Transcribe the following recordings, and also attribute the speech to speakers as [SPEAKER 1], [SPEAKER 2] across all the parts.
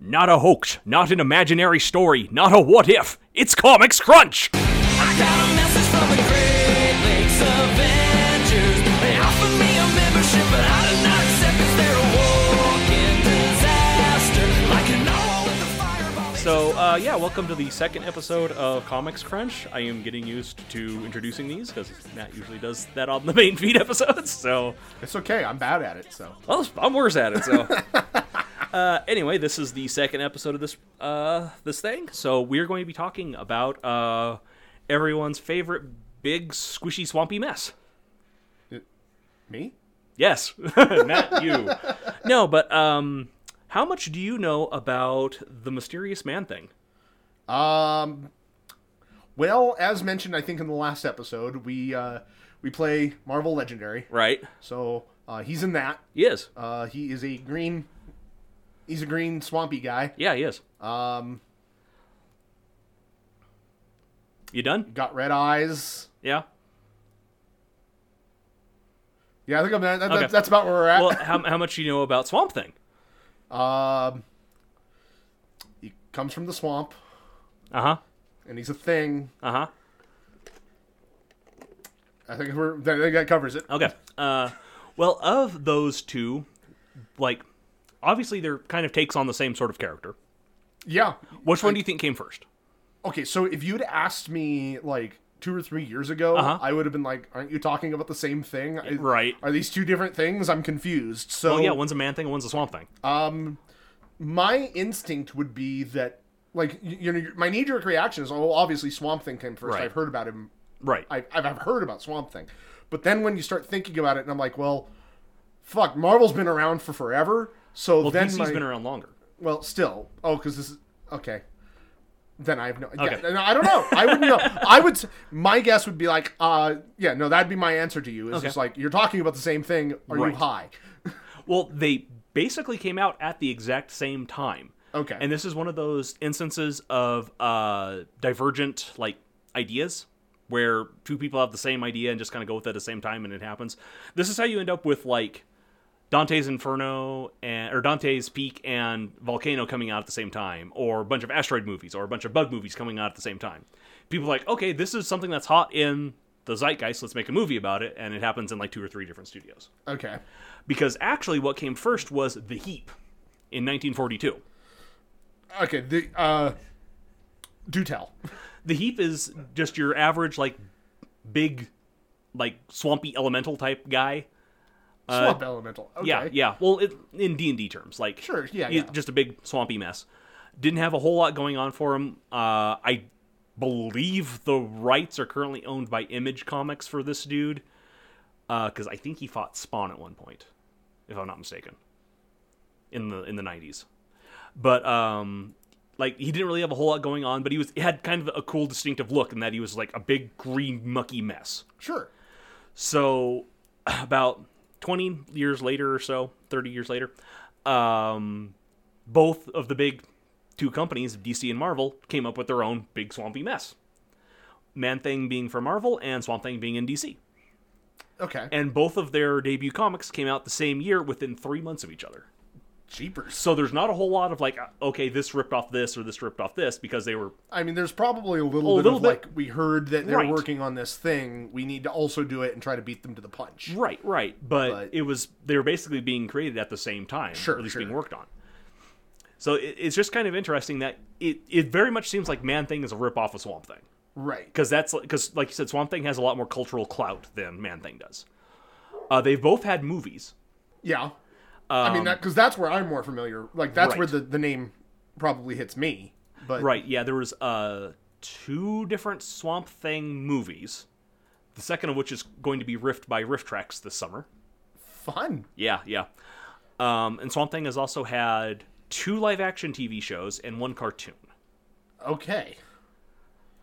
[SPEAKER 1] Not a hoax, not an imaginary story, not a what if. It's Comics Crunch!
[SPEAKER 2] I got a message from the Great Lakes Avengers. They offered me a membership, but I did not accept 'cause they're a walking disaster. Like an hour with the fireball.
[SPEAKER 3] So, uh, yeah, welcome to the second episode of Comics Crunch. I am getting used to introducing these because Matt usually does that on the main feed episodes. So,
[SPEAKER 4] It's okay. I'm bad at it, so.
[SPEAKER 3] well, I'm worse at it. So, uh, anyway, this is the second episode of this uh, this thing. So, we're going to be talking about uh, everyone's favorite big squishy swampy mess.
[SPEAKER 4] Me?
[SPEAKER 3] Yes, not you. No, but um, how much do you know about the mysterious man thing?
[SPEAKER 4] Um well, as mentioned I think in the last episode, we uh we play Marvel Legendary.
[SPEAKER 3] Right?
[SPEAKER 4] So, uh he's in that.
[SPEAKER 3] He is.
[SPEAKER 4] Uh he is a green he's a green swampy guy.
[SPEAKER 3] Yeah, he is.
[SPEAKER 4] Um
[SPEAKER 3] You done?
[SPEAKER 4] got red eyes.
[SPEAKER 3] Yeah.
[SPEAKER 4] Yeah, I think I'm that, that,
[SPEAKER 3] Okay.
[SPEAKER 4] that's about where we're at.
[SPEAKER 3] Well, how, how much do you know about Swamp Thing?
[SPEAKER 4] um he comes from the swamp
[SPEAKER 3] Uh huh.
[SPEAKER 4] and he's a thing.
[SPEAKER 3] Uh huh.
[SPEAKER 4] I think we're I think that covers it.
[SPEAKER 3] Okay. Uh, well, of those two, like, obviously they're kind of takes on the same sort of character.
[SPEAKER 4] Yeah.
[SPEAKER 3] Which one do you think came first?
[SPEAKER 4] Okay, so if you'd asked me like two or three years ago,
[SPEAKER 3] Uh-huh.
[SPEAKER 4] I would have been like, "Aren't you talking about the same thing? I-
[SPEAKER 3] Right.
[SPEAKER 4] Are these two different things? I'm confused." So
[SPEAKER 3] Oh yeah, one's a man thing, and one's a Swamp Thing.
[SPEAKER 4] my instinct would be that, like, y- you know, my knee jerk reaction is, "Oh, obviously Swamp Thing came first.
[SPEAKER 3] Right.
[SPEAKER 4] I've heard about him.
[SPEAKER 3] right.
[SPEAKER 4] I've, I've I've heard about Swamp Thing." But then when you start thinking about it, and I'm like, "Well, fuck, Marvel's been around for forever." So
[SPEAKER 3] well,
[SPEAKER 4] then
[SPEAKER 3] DC's
[SPEAKER 4] my,
[SPEAKER 3] been around longer.
[SPEAKER 4] Well, still. Oh, because this is okay. Then I have no.
[SPEAKER 3] Okay.
[SPEAKER 4] Yeah, no, I don't know. I wouldn't know. I would. s- My guess would be like, uh, yeah, no, that'd be my answer to you. It's
[SPEAKER 3] Okay.
[SPEAKER 4] just like you're talking about the same thing. Are
[SPEAKER 3] Right.
[SPEAKER 4] you high?
[SPEAKER 3] Well, they basically came out at the exact same time.
[SPEAKER 4] Okay.
[SPEAKER 3] And this is one of those instances of uh, divergent like ideas where two people have the same idea and just kind of go with it at the same time and it happens. This is how you end up with like Dante's Inferno and or Dante's Peak and Volcano coming out at the same time or a bunch of asteroid movies or a bunch of bug movies coming out at the same time. People are like, "Okay, this is something that's hot in the zeitgeist, let's make a movie about it." And it happens in like two or three different studios
[SPEAKER 4] Okay.
[SPEAKER 3] because actually what came first was the heap in 1942
[SPEAKER 4] Okay. The uh, do tell.
[SPEAKER 3] the heap is just your average like big like swampy elemental type guy
[SPEAKER 4] Swamp elemental. Okay.
[SPEAKER 3] Uh, yeah yeah well it, in d&d terms like
[SPEAKER 4] Sure, yeah,
[SPEAKER 3] he's
[SPEAKER 4] yeah.
[SPEAKER 3] just a big swampy mess didn't have a whole lot going on for him uh, i believe the rights are currently owned by image comics for this dude because i think he fought spawn at one point if i'm not mistaken in the in the 90s but um like he didn't really have a whole lot going on but he was he had kind of a cool distinctive look in that he was like a big green mucky mess
[SPEAKER 4] Sure.
[SPEAKER 3] so, about 20 years later or so, 30 years later, um, both of the big two companies, DC and Marvel, came up with their own big swampy mess. Man Thing being for Marvel and Swamp Thing being in DC.
[SPEAKER 4] Okay.
[SPEAKER 3] And both of their debut comics came out the same year within three months of each other.
[SPEAKER 4] Jeepers.
[SPEAKER 3] So there's not a whole lot of like, uh, okay, this ripped off this or this ripped off this because they were
[SPEAKER 4] I mean, there's probably a little
[SPEAKER 3] A
[SPEAKER 4] bit
[SPEAKER 3] little
[SPEAKER 4] of
[SPEAKER 3] bit-
[SPEAKER 4] like we heard that they're
[SPEAKER 3] Right.
[SPEAKER 4] working on this thing. We need to also do it and try to beat them to the punch.
[SPEAKER 3] Right, right. But,
[SPEAKER 4] But-
[SPEAKER 3] it was they were basically being created at the same time,
[SPEAKER 4] Sure,
[SPEAKER 3] or at least
[SPEAKER 4] sure.
[SPEAKER 3] being worked on. So it, it's just kind of interesting that it, it very much seems like Man Thing is a rip off of Swamp Thing
[SPEAKER 4] Right.
[SPEAKER 3] because that's because like you said, Swamp Thing has a lot more cultural clout than Man Thing does. Uh, they've both had movies.
[SPEAKER 4] Yeah. I mean, that because that's where I'm more familiar. Like, that's
[SPEAKER 3] Right.
[SPEAKER 4] where the, the name probably hits me. But
[SPEAKER 3] Right, yeah, there was uh, two different Swamp Thing movies. The second of which is going to be riffed by Riff Tracks this summer.
[SPEAKER 4] fun.
[SPEAKER 3] Yeah, yeah. Um, and Swamp Thing has also had two live action TV shows and one cartoon.
[SPEAKER 4] Okay.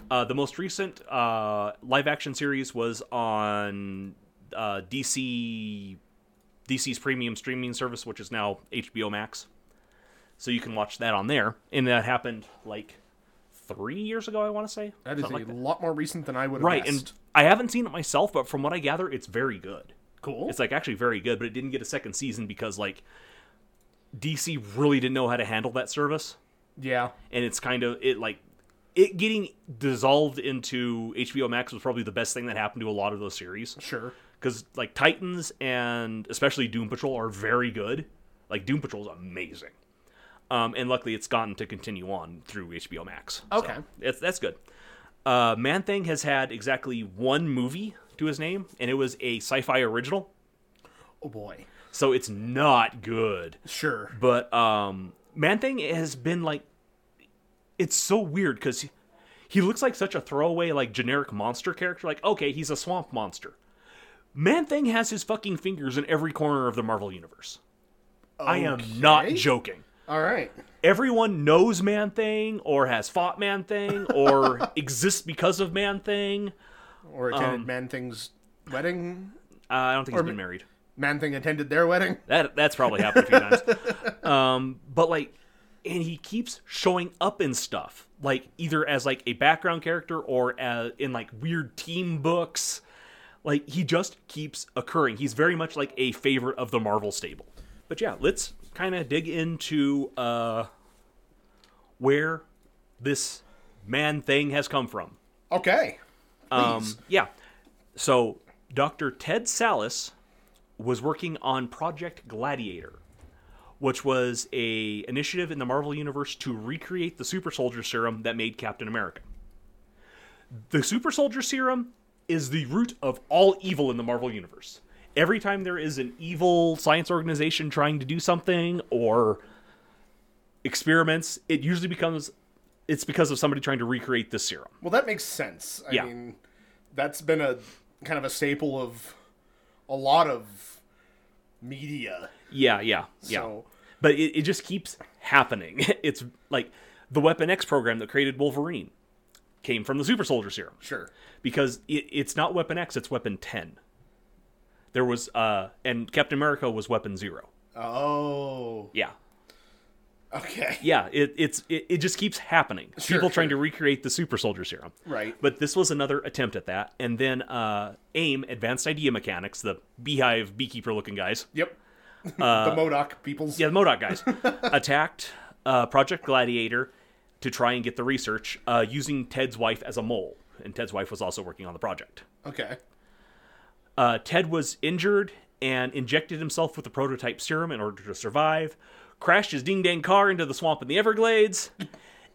[SPEAKER 3] Uh, the most recent uh, live action series was on uh, DC DC's premium streaming service, which is now HBO Max. So you can watch that on there, and that happened like three years ago, I want to say.
[SPEAKER 4] That is
[SPEAKER 3] Something
[SPEAKER 4] a
[SPEAKER 3] like that.
[SPEAKER 4] lot more recent than I would have
[SPEAKER 3] right, and
[SPEAKER 4] guessed.
[SPEAKER 3] I haven't seen it myself, but from what I gather, it's very good.
[SPEAKER 4] cool.
[SPEAKER 3] It's like actually very good, but it didn't get a second season because like DC really didn't know how to handle that service,
[SPEAKER 4] Yeah.
[SPEAKER 3] and it's kind of it like it getting dissolved into HBO Max was probably the best thing that happened to a lot of those series.
[SPEAKER 4] Sure.
[SPEAKER 3] because like Titans and especially Doom Patrol are very good. Like Doom Patrol is amazing, um, and luckily it's gotten to continue on through HBO Max. So
[SPEAKER 4] Okay.
[SPEAKER 3] that's that's good. Uh, Man Thing has had exactly one movie to his name, and it was a sci-fi original,
[SPEAKER 4] Oh boy.
[SPEAKER 3] so it's not good.
[SPEAKER 4] Sure.
[SPEAKER 3] But um, Man Thing has been like, it's so weird because he, he looks like such a throwaway, like generic monster character. Like, okay, he's a swamp monster. Man Thing has his fucking fingers in every corner of the Marvel universe. I am not
[SPEAKER 4] Okay.
[SPEAKER 3] joking.
[SPEAKER 4] All right.
[SPEAKER 3] Everyone knows Man Thing, or has fought Man Thing, or exists because of Man Thing.
[SPEAKER 4] Or attended
[SPEAKER 3] Um,
[SPEAKER 4] Man Thing's wedding.
[SPEAKER 3] Uh, I don't think he's been
[SPEAKER 4] ma-
[SPEAKER 3] married.
[SPEAKER 4] Man Thing attended their wedding.
[SPEAKER 3] That that's probably happened a few times. Um, but like, and he keeps showing up in stuff, like either as like a background character or as, in like weird team books. Like he just keeps occurring. He's very much like a favorite of the Marvel stable. But yeah, let's kind of dig into uh, where this man thing has come from.
[SPEAKER 4] Okay.
[SPEAKER 3] Um, yeah. So Dr. Ted Salas was working on Project Gladiator, which was a initiative in the Marvel universe to recreate the super soldier serum that made Captain America. The super soldier serum is the root of all evil in the Marvel universe. Every time there is an evil science organization trying to do something or experiments, it usually becomes it's because of somebody trying to recreate this serum.
[SPEAKER 4] Well, that makes sense. I
[SPEAKER 3] Yeah.
[SPEAKER 4] mean, that's been a kind of a staple of a lot of media.
[SPEAKER 3] Yeah, yeah, yeah.
[SPEAKER 4] So-
[SPEAKER 3] But it, it just keeps happening. It's like the Weapon X program that created Wolverine came from the Super Soldier Serum
[SPEAKER 4] Sure.
[SPEAKER 3] because it, it's not Weapon X, it's Weapon 10. There was, uh, and Captain America was Weapon Zero.
[SPEAKER 4] Oh.
[SPEAKER 3] Yeah.
[SPEAKER 4] Okay.
[SPEAKER 3] Yeah, it, it's, it, it just keeps happening.
[SPEAKER 4] Sure,
[SPEAKER 3] People trying to
[SPEAKER 4] sure.
[SPEAKER 3] recreate the Super Soldier Serum.
[SPEAKER 4] Right.
[SPEAKER 3] But this was another attempt at that. And then, uh, AIM, Advanced Idea Mechanics, the beehive beekeeper looking guys,
[SPEAKER 4] Yep.
[SPEAKER 3] Uh,
[SPEAKER 4] the Modoc people's.
[SPEAKER 3] Yeah, the Modoc guys attacked uh, Project Gladiator to try and get the research uh, using Ted's wife as a mole. And Ted's wife was also working on the project.
[SPEAKER 4] Okay.
[SPEAKER 3] Uh, Ted was injured and injected himself with the prototype serum in order to survive, crashed his ding dang car into the swamp in the Everglades,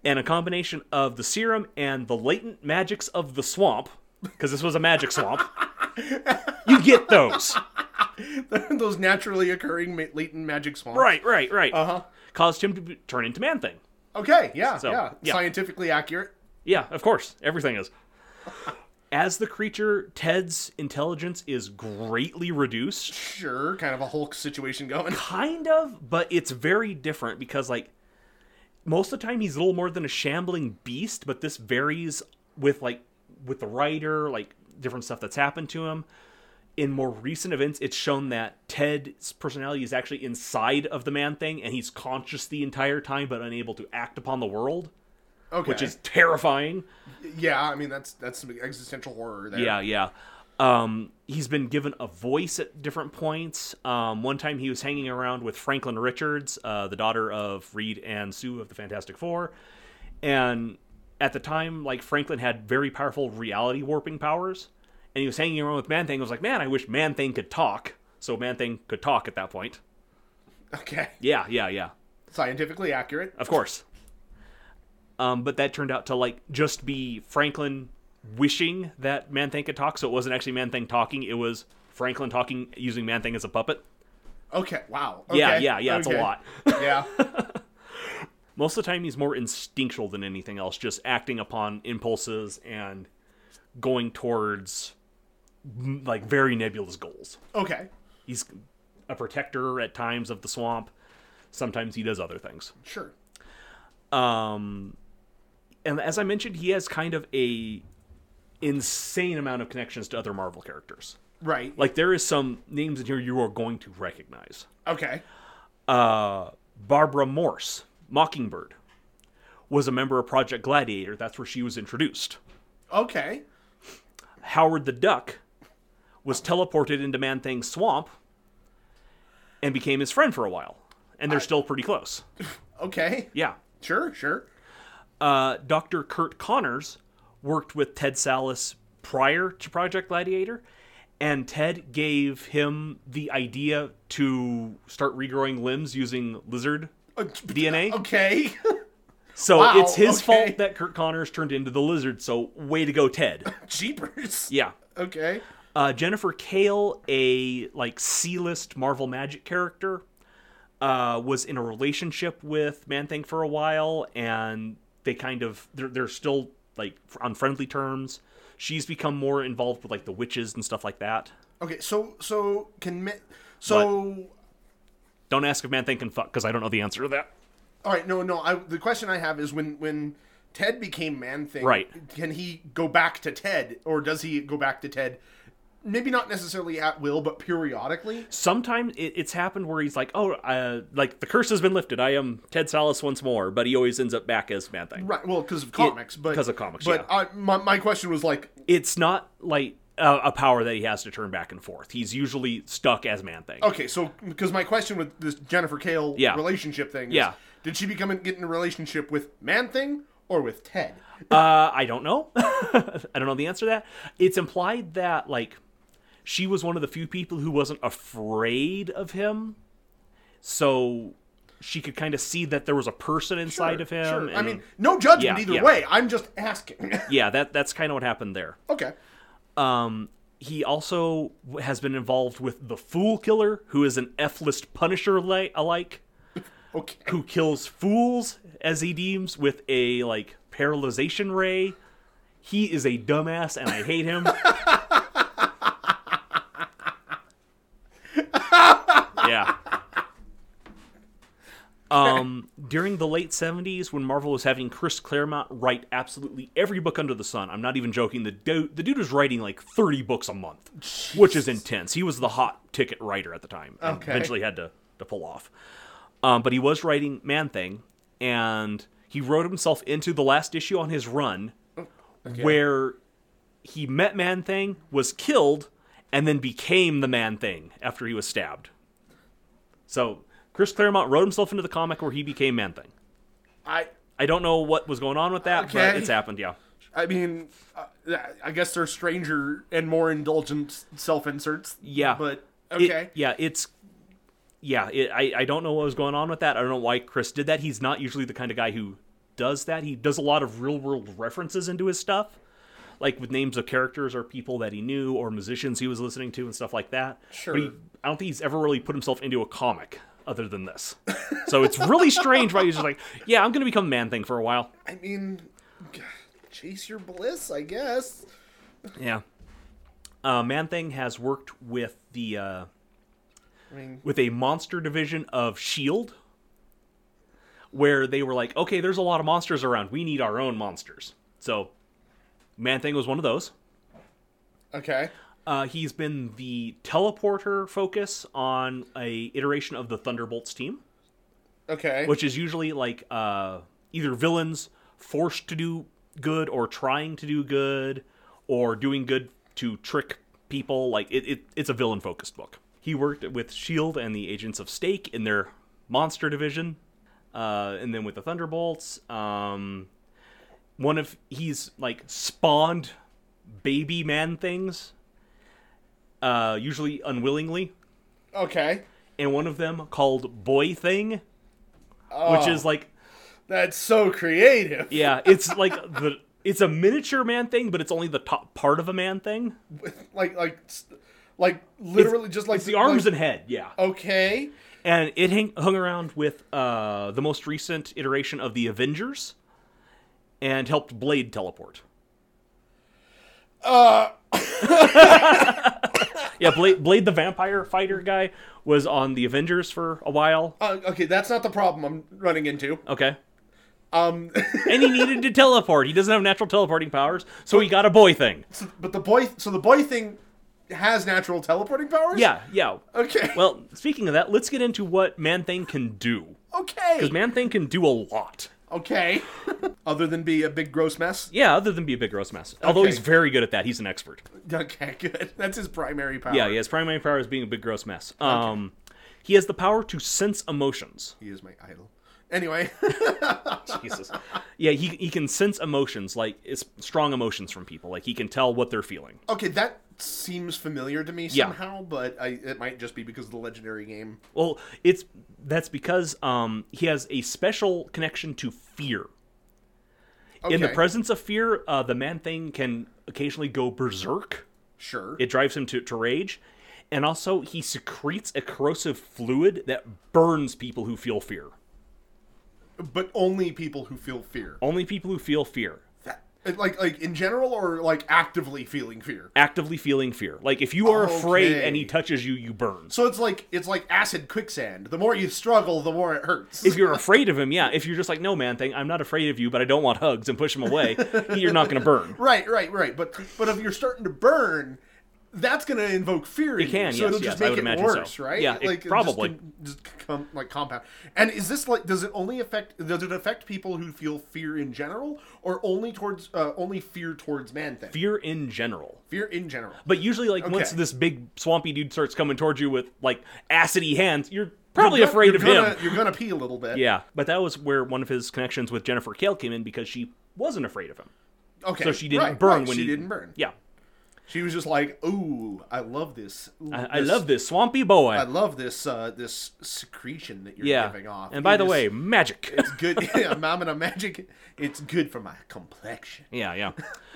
[SPEAKER 3] and a combination of the serum and the latent magics of the swamp, because this was a magic swamp, you get those.
[SPEAKER 4] Those naturally occurring ma- latent magic swamps.
[SPEAKER 3] Right, right, right.
[SPEAKER 4] Uh-huh.
[SPEAKER 3] Caused him to be- turn into Man Thing.
[SPEAKER 4] Okay. Yeah,
[SPEAKER 3] So,
[SPEAKER 4] yeah.
[SPEAKER 3] yeah.
[SPEAKER 4] Scientifically accurate.
[SPEAKER 3] Yeah, of course. Everything is. As the creature, Ted's intelligence is greatly reduced.
[SPEAKER 4] Sure. Kind of a Hulk situation going.
[SPEAKER 3] Kind of, but it's very different because, like, most of the time he's little more than a shambling beast, but this varies with, like, with the writer, like, different stuff that's happened to him. In more recent events, it's shown that Ted's personality is actually inside of the man thing, and he's conscious the entire time but unable to act upon the world,
[SPEAKER 4] Okay.
[SPEAKER 3] which is terrifying.
[SPEAKER 4] Yeah. I mean, that's that's some existential horror there.
[SPEAKER 3] Yeah, yeah. Um, he's been given a voice at different points. Um, one time he was hanging around with Franklin Richards, uh, the daughter of Reed and Sue of the Fantastic Four. And at the time, like Franklin had very powerful reality warping powers. And he was hanging around with Man Thing. I was like, man, I wish Man Thing could talk. So Man Thing could talk at that point.
[SPEAKER 4] Okay.
[SPEAKER 3] Yeah, yeah, yeah.
[SPEAKER 4] Scientifically accurate.
[SPEAKER 3] Of course. Um, but that turned out to like just be Franklin wishing that Man Thing could talk, so it wasn't actually Man Thing talking, it was Franklin talking using Man Thing as a puppet.
[SPEAKER 4] Okay. Wow.
[SPEAKER 3] Yeah,
[SPEAKER 4] Okay,
[SPEAKER 3] yeah, yeah, it's
[SPEAKER 4] okay.
[SPEAKER 3] a lot.
[SPEAKER 4] yeah.
[SPEAKER 3] Most of the time he's more instinctual than anything else, just acting upon impulses and going towards mm, like very nebulous goals.
[SPEAKER 4] Okay.
[SPEAKER 3] He's a protector at times of the swamp. Sometimes he does other things.
[SPEAKER 4] Sure.
[SPEAKER 3] um and as i mentioned he has kind of a insane amount of connections to other marvel characters
[SPEAKER 4] Right.
[SPEAKER 3] like there is some names in here you are going to recognize
[SPEAKER 4] okay.
[SPEAKER 3] uh barbara morse mockingbird was a member of project gladiator that's where she was introduced
[SPEAKER 4] Okay.
[SPEAKER 3] howard the duck was teleported into man thing's swamp and became his friend for a while and they're still pretty close.
[SPEAKER 4] Okay.
[SPEAKER 3] Yeah.
[SPEAKER 4] Sure, sure.
[SPEAKER 3] Uh, Dr. Kurt Connors worked with Ted Salas prior to Project Gladiator, and Ted gave him the idea to start regrowing limbs using lizard DNA.
[SPEAKER 4] Uh, Okay.
[SPEAKER 3] So
[SPEAKER 4] Wow,
[SPEAKER 3] it's his
[SPEAKER 4] okay.
[SPEAKER 3] fault that Kurt Connors turned into the lizard. So way to go, Ted.
[SPEAKER 4] Jeepers.
[SPEAKER 3] Yeah.
[SPEAKER 4] Okay.
[SPEAKER 3] Uh, Jennifer Kale, a like C-list Marvel Magic character, uh, was in a relationship with Man Thing for a while, and they kind of they're they're still like on friendly terms. She's become more involved with like the witches and stuff like that.
[SPEAKER 4] Okay, so so can ma- so
[SPEAKER 3] Don't ask if Man Thing can fuck because I don't know the answer to that.
[SPEAKER 4] all right, no, no. I, the question I have is when when Ted became Man Thing,
[SPEAKER 3] Right.
[SPEAKER 4] Can he go back to Ted, or does he go back to Ted? Maybe not necessarily at will, but periodically.
[SPEAKER 3] Sometimes it, it's happened where he's like, oh, uh, like the curse has been lifted. I am Ted Salas once more, but he always ends up back as Man Thing.
[SPEAKER 4] Right. Well, because of comics, but
[SPEAKER 3] 'cause of comics,
[SPEAKER 4] But
[SPEAKER 3] yeah.
[SPEAKER 4] I, my my question was like,
[SPEAKER 3] It's not like a, a power that he has to turn back and forth. He's usually stuck as Man Thing.
[SPEAKER 4] okay, so because my question with this Jennifer Kale
[SPEAKER 3] Yeah.
[SPEAKER 4] relationship thing, is,
[SPEAKER 3] Yeah.
[SPEAKER 4] did she become in, get in a relationship with Man Thing or with Ted?
[SPEAKER 3] Uh, I don't know. I don't know the answer to that. It's implied that like she was one of the few people who wasn't afraid of him, so she could kind of see that there was a person inside of him.
[SPEAKER 4] Sure. I
[SPEAKER 3] and-
[SPEAKER 4] mean, no judgment
[SPEAKER 3] Yeah,
[SPEAKER 4] either
[SPEAKER 3] yeah.
[SPEAKER 4] way. I'm just asking.
[SPEAKER 3] yeah, that that's kind of what happened there.
[SPEAKER 4] okay.
[SPEAKER 3] Um, he also w- has been involved with the Fool Killer, who is an F-list Punisher li- alike,
[SPEAKER 4] Okay.
[SPEAKER 3] who kills fools as he deems with a like paralyzation ray. He is a dumbass, and I hate him. yeah. Um, during the late 70s, when Marvel was having Chris Claremont write absolutely every book under the sun, I'm not even joking, the dude, the dude was writing like 30 books a month, which is intense. He was the hot ticket writer at the time. and
[SPEAKER 4] Okay.
[SPEAKER 3] Eventually had to, to pull off. Um, but he was writing Man Thing, and he wrote himself into the last issue on his run, where he met Man Thing, was killed, and then became the Man Thing after he was stabbed. So Chris Claremont wrote himself into the comic where he became Man Thing.
[SPEAKER 4] I
[SPEAKER 3] I don't know what was going on with that, but
[SPEAKER 4] Okay.
[SPEAKER 3] it's happened. Yeah,
[SPEAKER 4] I mean, uh, I guess they're stranger and more indulgent self inserts.
[SPEAKER 3] yeah.
[SPEAKER 4] But
[SPEAKER 3] It-
[SPEAKER 4] okay.
[SPEAKER 3] yeah, it's yeah. It, I I don't know what was going on with that. I don't know why Chris did that. He's not usually the kind of guy who does that. He does a lot of real world references into his stuff, like with names of characters or people that he knew or musicians he was listening to and stuff like that. But he,
[SPEAKER 4] Sure.
[SPEAKER 3] I don't think he's ever really put himself into a comic other than this. So it's really strange why he's just like, yeah, I'm gonna become Man Thing for a while.
[SPEAKER 4] I mean, g- chase your bliss, I guess.
[SPEAKER 3] Yeah. Uh, Man Thing has worked with the uh,
[SPEAKER 4] I mean,
[SPEAKER 3] with a monster division of Shield, E where they were like, okay, there's a lot of monsters around. We need our own monsters. So, Man Thing was one of those.
[SPEAKER 4] okay.
[SPEAKER 3] Uh, he's been the teleporter focus on a iteration of the Thunderbolts team,
[SPEAKER 4] Okay.
[SPEAKER 3] which is usually like uh, either villains forced to do good or trying to do good or doing good to trick people. Like it, it it's a villain focused book. He worked with Shield E and the Agents of Stake in their monster division, uh, and then with the Thunderbolts. Um, one of he's like spawned baby man things, uh, usually unwillingly
[SPEAKER 4] okay.
[SPEAKER 3] and one of them called Boy Thing, which is like
[SPEAKER 4] That's so creative.
[SPEAKER 3] yeah, it's like the it's a miniature man thing, but it's only the top part of a man thing.
[SPEAKER 4] Like, like, s- like literally just like
[SPEAKER 3] It's the arms
[SPEAKER 4] like-
[SPEAKER 3] and head, yeah.
[SPEAKER 4] okay.
[SPEAKER 3] And it hang, hung around with uh, the most recent iteration of the Avengers, and helped Blade teleport. Uh. yeah, Blade, Blade the vampire fighter guy was on the Avengers for a while.
[SPEAKER 4] Uh, okay, that's not the problem I'm running into.
[SPEAKER 3] Okay.
[SPEAKER 4] Um,
[SPEAKER 3] and he needed to teleport. He doesn't have natural teleporting powers, so he got a boy thing.
[SPEAKER 4] so- but the boy, so the boy thing has natural teleporting powers.
[SPEAKER 3] Yeah, yeah.
[SPEAKER 4] Okay.
[SPEAKER 3] Well, speaking of that, let's get into what Man Thing can do.
[SPEAKER 4] okay.
[SPEAKER 3] Because Man Thing can do a lot.
[SPEAKER 4] Okay. Other than be a big gross mess.
[SPEAKER 3] Yeah, other than be a big gross mess. Although
[SPEAKER 4] Okay.
[SPEAKER 3] he's very good at that. He's an expert.
[SPEAKER 4] Okay, good. That's his primary power.
[SPEAKER 3] Yeah, yeah, his primary power is being a big gross mess. Um, He has the power to sense emotions.
[SPEAKER 4] He is my idol. Anyway,
[SPEAKER 3] Jesus. Yeah, he, he can sense emotions, like it's strong emotions from people. Like he can tell what they're feeling.
[SPEAKER 4] okay, that seems familiar to me
[SPEAKER 3] Yeah.
[SPEAKER 4] somehow, but I, it might just be because of the legendary game.
[SPEAKER 3] Well, it's that's because um, he has a special connection to fear. In the
[SPEAKER 4] Okay.
[SPEAKER 3] presence of fear, uh, the man thing can occasionally go berserk.
[SPEAKER 4] Sure.
[SPEAKER 3] It drives him to, to rage. And also, he secretes a corrosive fluid that burns people who feel fear.
[SPEAKER 4] but only people who feel fear.
[SPEAKER 3] Only people who feel fear.
[SPEAKER 4] That- like like in general or like actively feeling fear.
[SPEAKER 3] Actively feeling fear. Like, if you are afraid
[SPEAKER 4] Okay.
[SPEAKER 3] and he touches you, you burn.
[SPEAKER 4] So it's like it's like acid quicksand. The more you struggle, the more it hurts.
[SPEAKER 3] if you're afraid of him, yeah. If you're just like, no, man, thing, I'm not afraid of you, but I don't want hugs and push him away, you're not going to burn.
[SPEAKER 4] right, right, right. But but if you're starting to burn, that's going to invoke fear. It
[SPEAKER 3] can,
[SPEAKER 4] so
[SPEAKER 3] yes,
[SPEAKER 4] it'll
[SPEAKER 3] yes,
[SPEAKER 4] just
[SPEAKER 3] I
[SPEAKER 4] make
[SPEAKER 3] would
[SPEAKER 4] it
[SPEAKER 3] imagine so.
[SPEAKER 4] worse, right?
[SPEAKER 3] Yeah, it-
[SPEAKER 4] like just
[SPEAKER 3] probably.
[SPEAKER 4] con- just, com- like compound. And is this like does it only affect does it affect people who feel fear in general or only towards uh, only fear towards man thing? Fear,
[SPEAKER 3] Fear in general.
[SPEAKER 4] in general.
[SPEAKER 3] But usually, like, once
[SPEAKER 4] Okay.
[SPEAKER 3] this big swampy dude starts coming towards you with, like, acidy hands, you're probably
[SPEAKER 4] You're go-
[SPEAKER 3] afraid
[SPEAKER 4] you're
[SPEAKER 3] of
[SPEAKER 4] gonna,
[SPEAKER 3] him.
[SPEAKER 4] You're going to pee a little bit.
[SPEAKER 3] Yeah. But that was where one of his connections with Jennifer Kale came in because she wasn't afraid of him.
[SPEAKER 4] Okay.
[SPEAKER 3] So she didn't
[SPEAKER 4] right,
[SPEAKER 3] burn
[SPEAKER 4] right,
[SPEAKER 3] when
[SPEAKER 4] she
[SPEAKER 3] he
[SPEAKER 4] didn't burn.
[SPEAKER 3] Yeah.
[SPEAKER 4] She was just like, "Ooh, I love this. Ooh,
[SPEAKER 3] I, I love this swampy boy.
[SPEAKER 4] I love this uh, this secretion that you're
[SPEAKER 3] yeah.
[SPEAKER 4] giving off."
[SPEAKER 3] And by
[SPEAKER 4] It
[SPEAKER 3] the
[SPEAKER 4] is-
[SPEAKER 3] way, magic.
[SPEAKER 4] it's good. yeah, mom and a magic. It's good for my complexion.
[SPEAKER 3] yeah, yeah.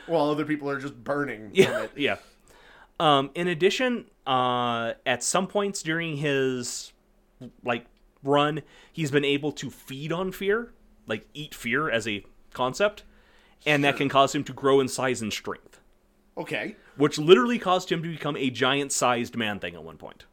[SPEAKER 4] While other people are just burning from
[SPEAKER 3] Yeah,
[SPEAKER 4] it.
[SPEAKER 3] yeah. Um, in addition, uh, at some points during his like run, he's been able to feed on fear, like eat fear as a concept, and that can cause him to grow in size and strength,
[SPEAKER 4] Okay.
[SPEAKER 3] which literally caused him to become a giant-sized man thing at one point.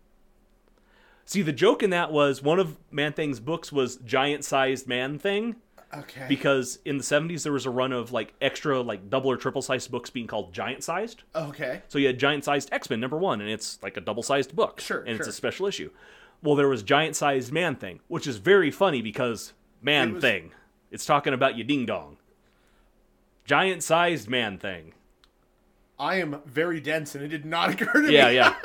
[SPEAKER 3] See, the joke in that was one of Man Thing's books was giant-sized man thing
[SPEAKER 4] Okay.
[SPEAKER 3] because in the 70s there was a run of like extra like double or triple-sized books being called giant-sized.
[SPEAKER 4] okay.
[SPEAKER 3] So you had giant sized X Men number one, and it's like a double sized book.
[SPEAKER 4] Sure,
[SPEAKER 3] And it's
[SPEAKER 4] sure.
[SPEAKER 3] a special issue. Well, there was giant sized man thing, which is very funny because man
[SPEAKER 4] It was-
[SPEAKER 3] thing. It's talking about you ding dong. Giant sized man thing.
[SPEAKER 4] I am very dense, and it did not occur to
[SPEAKER 3] Yeah,
[SPEAKER 4] me.
[SPEAKER 3] yeah.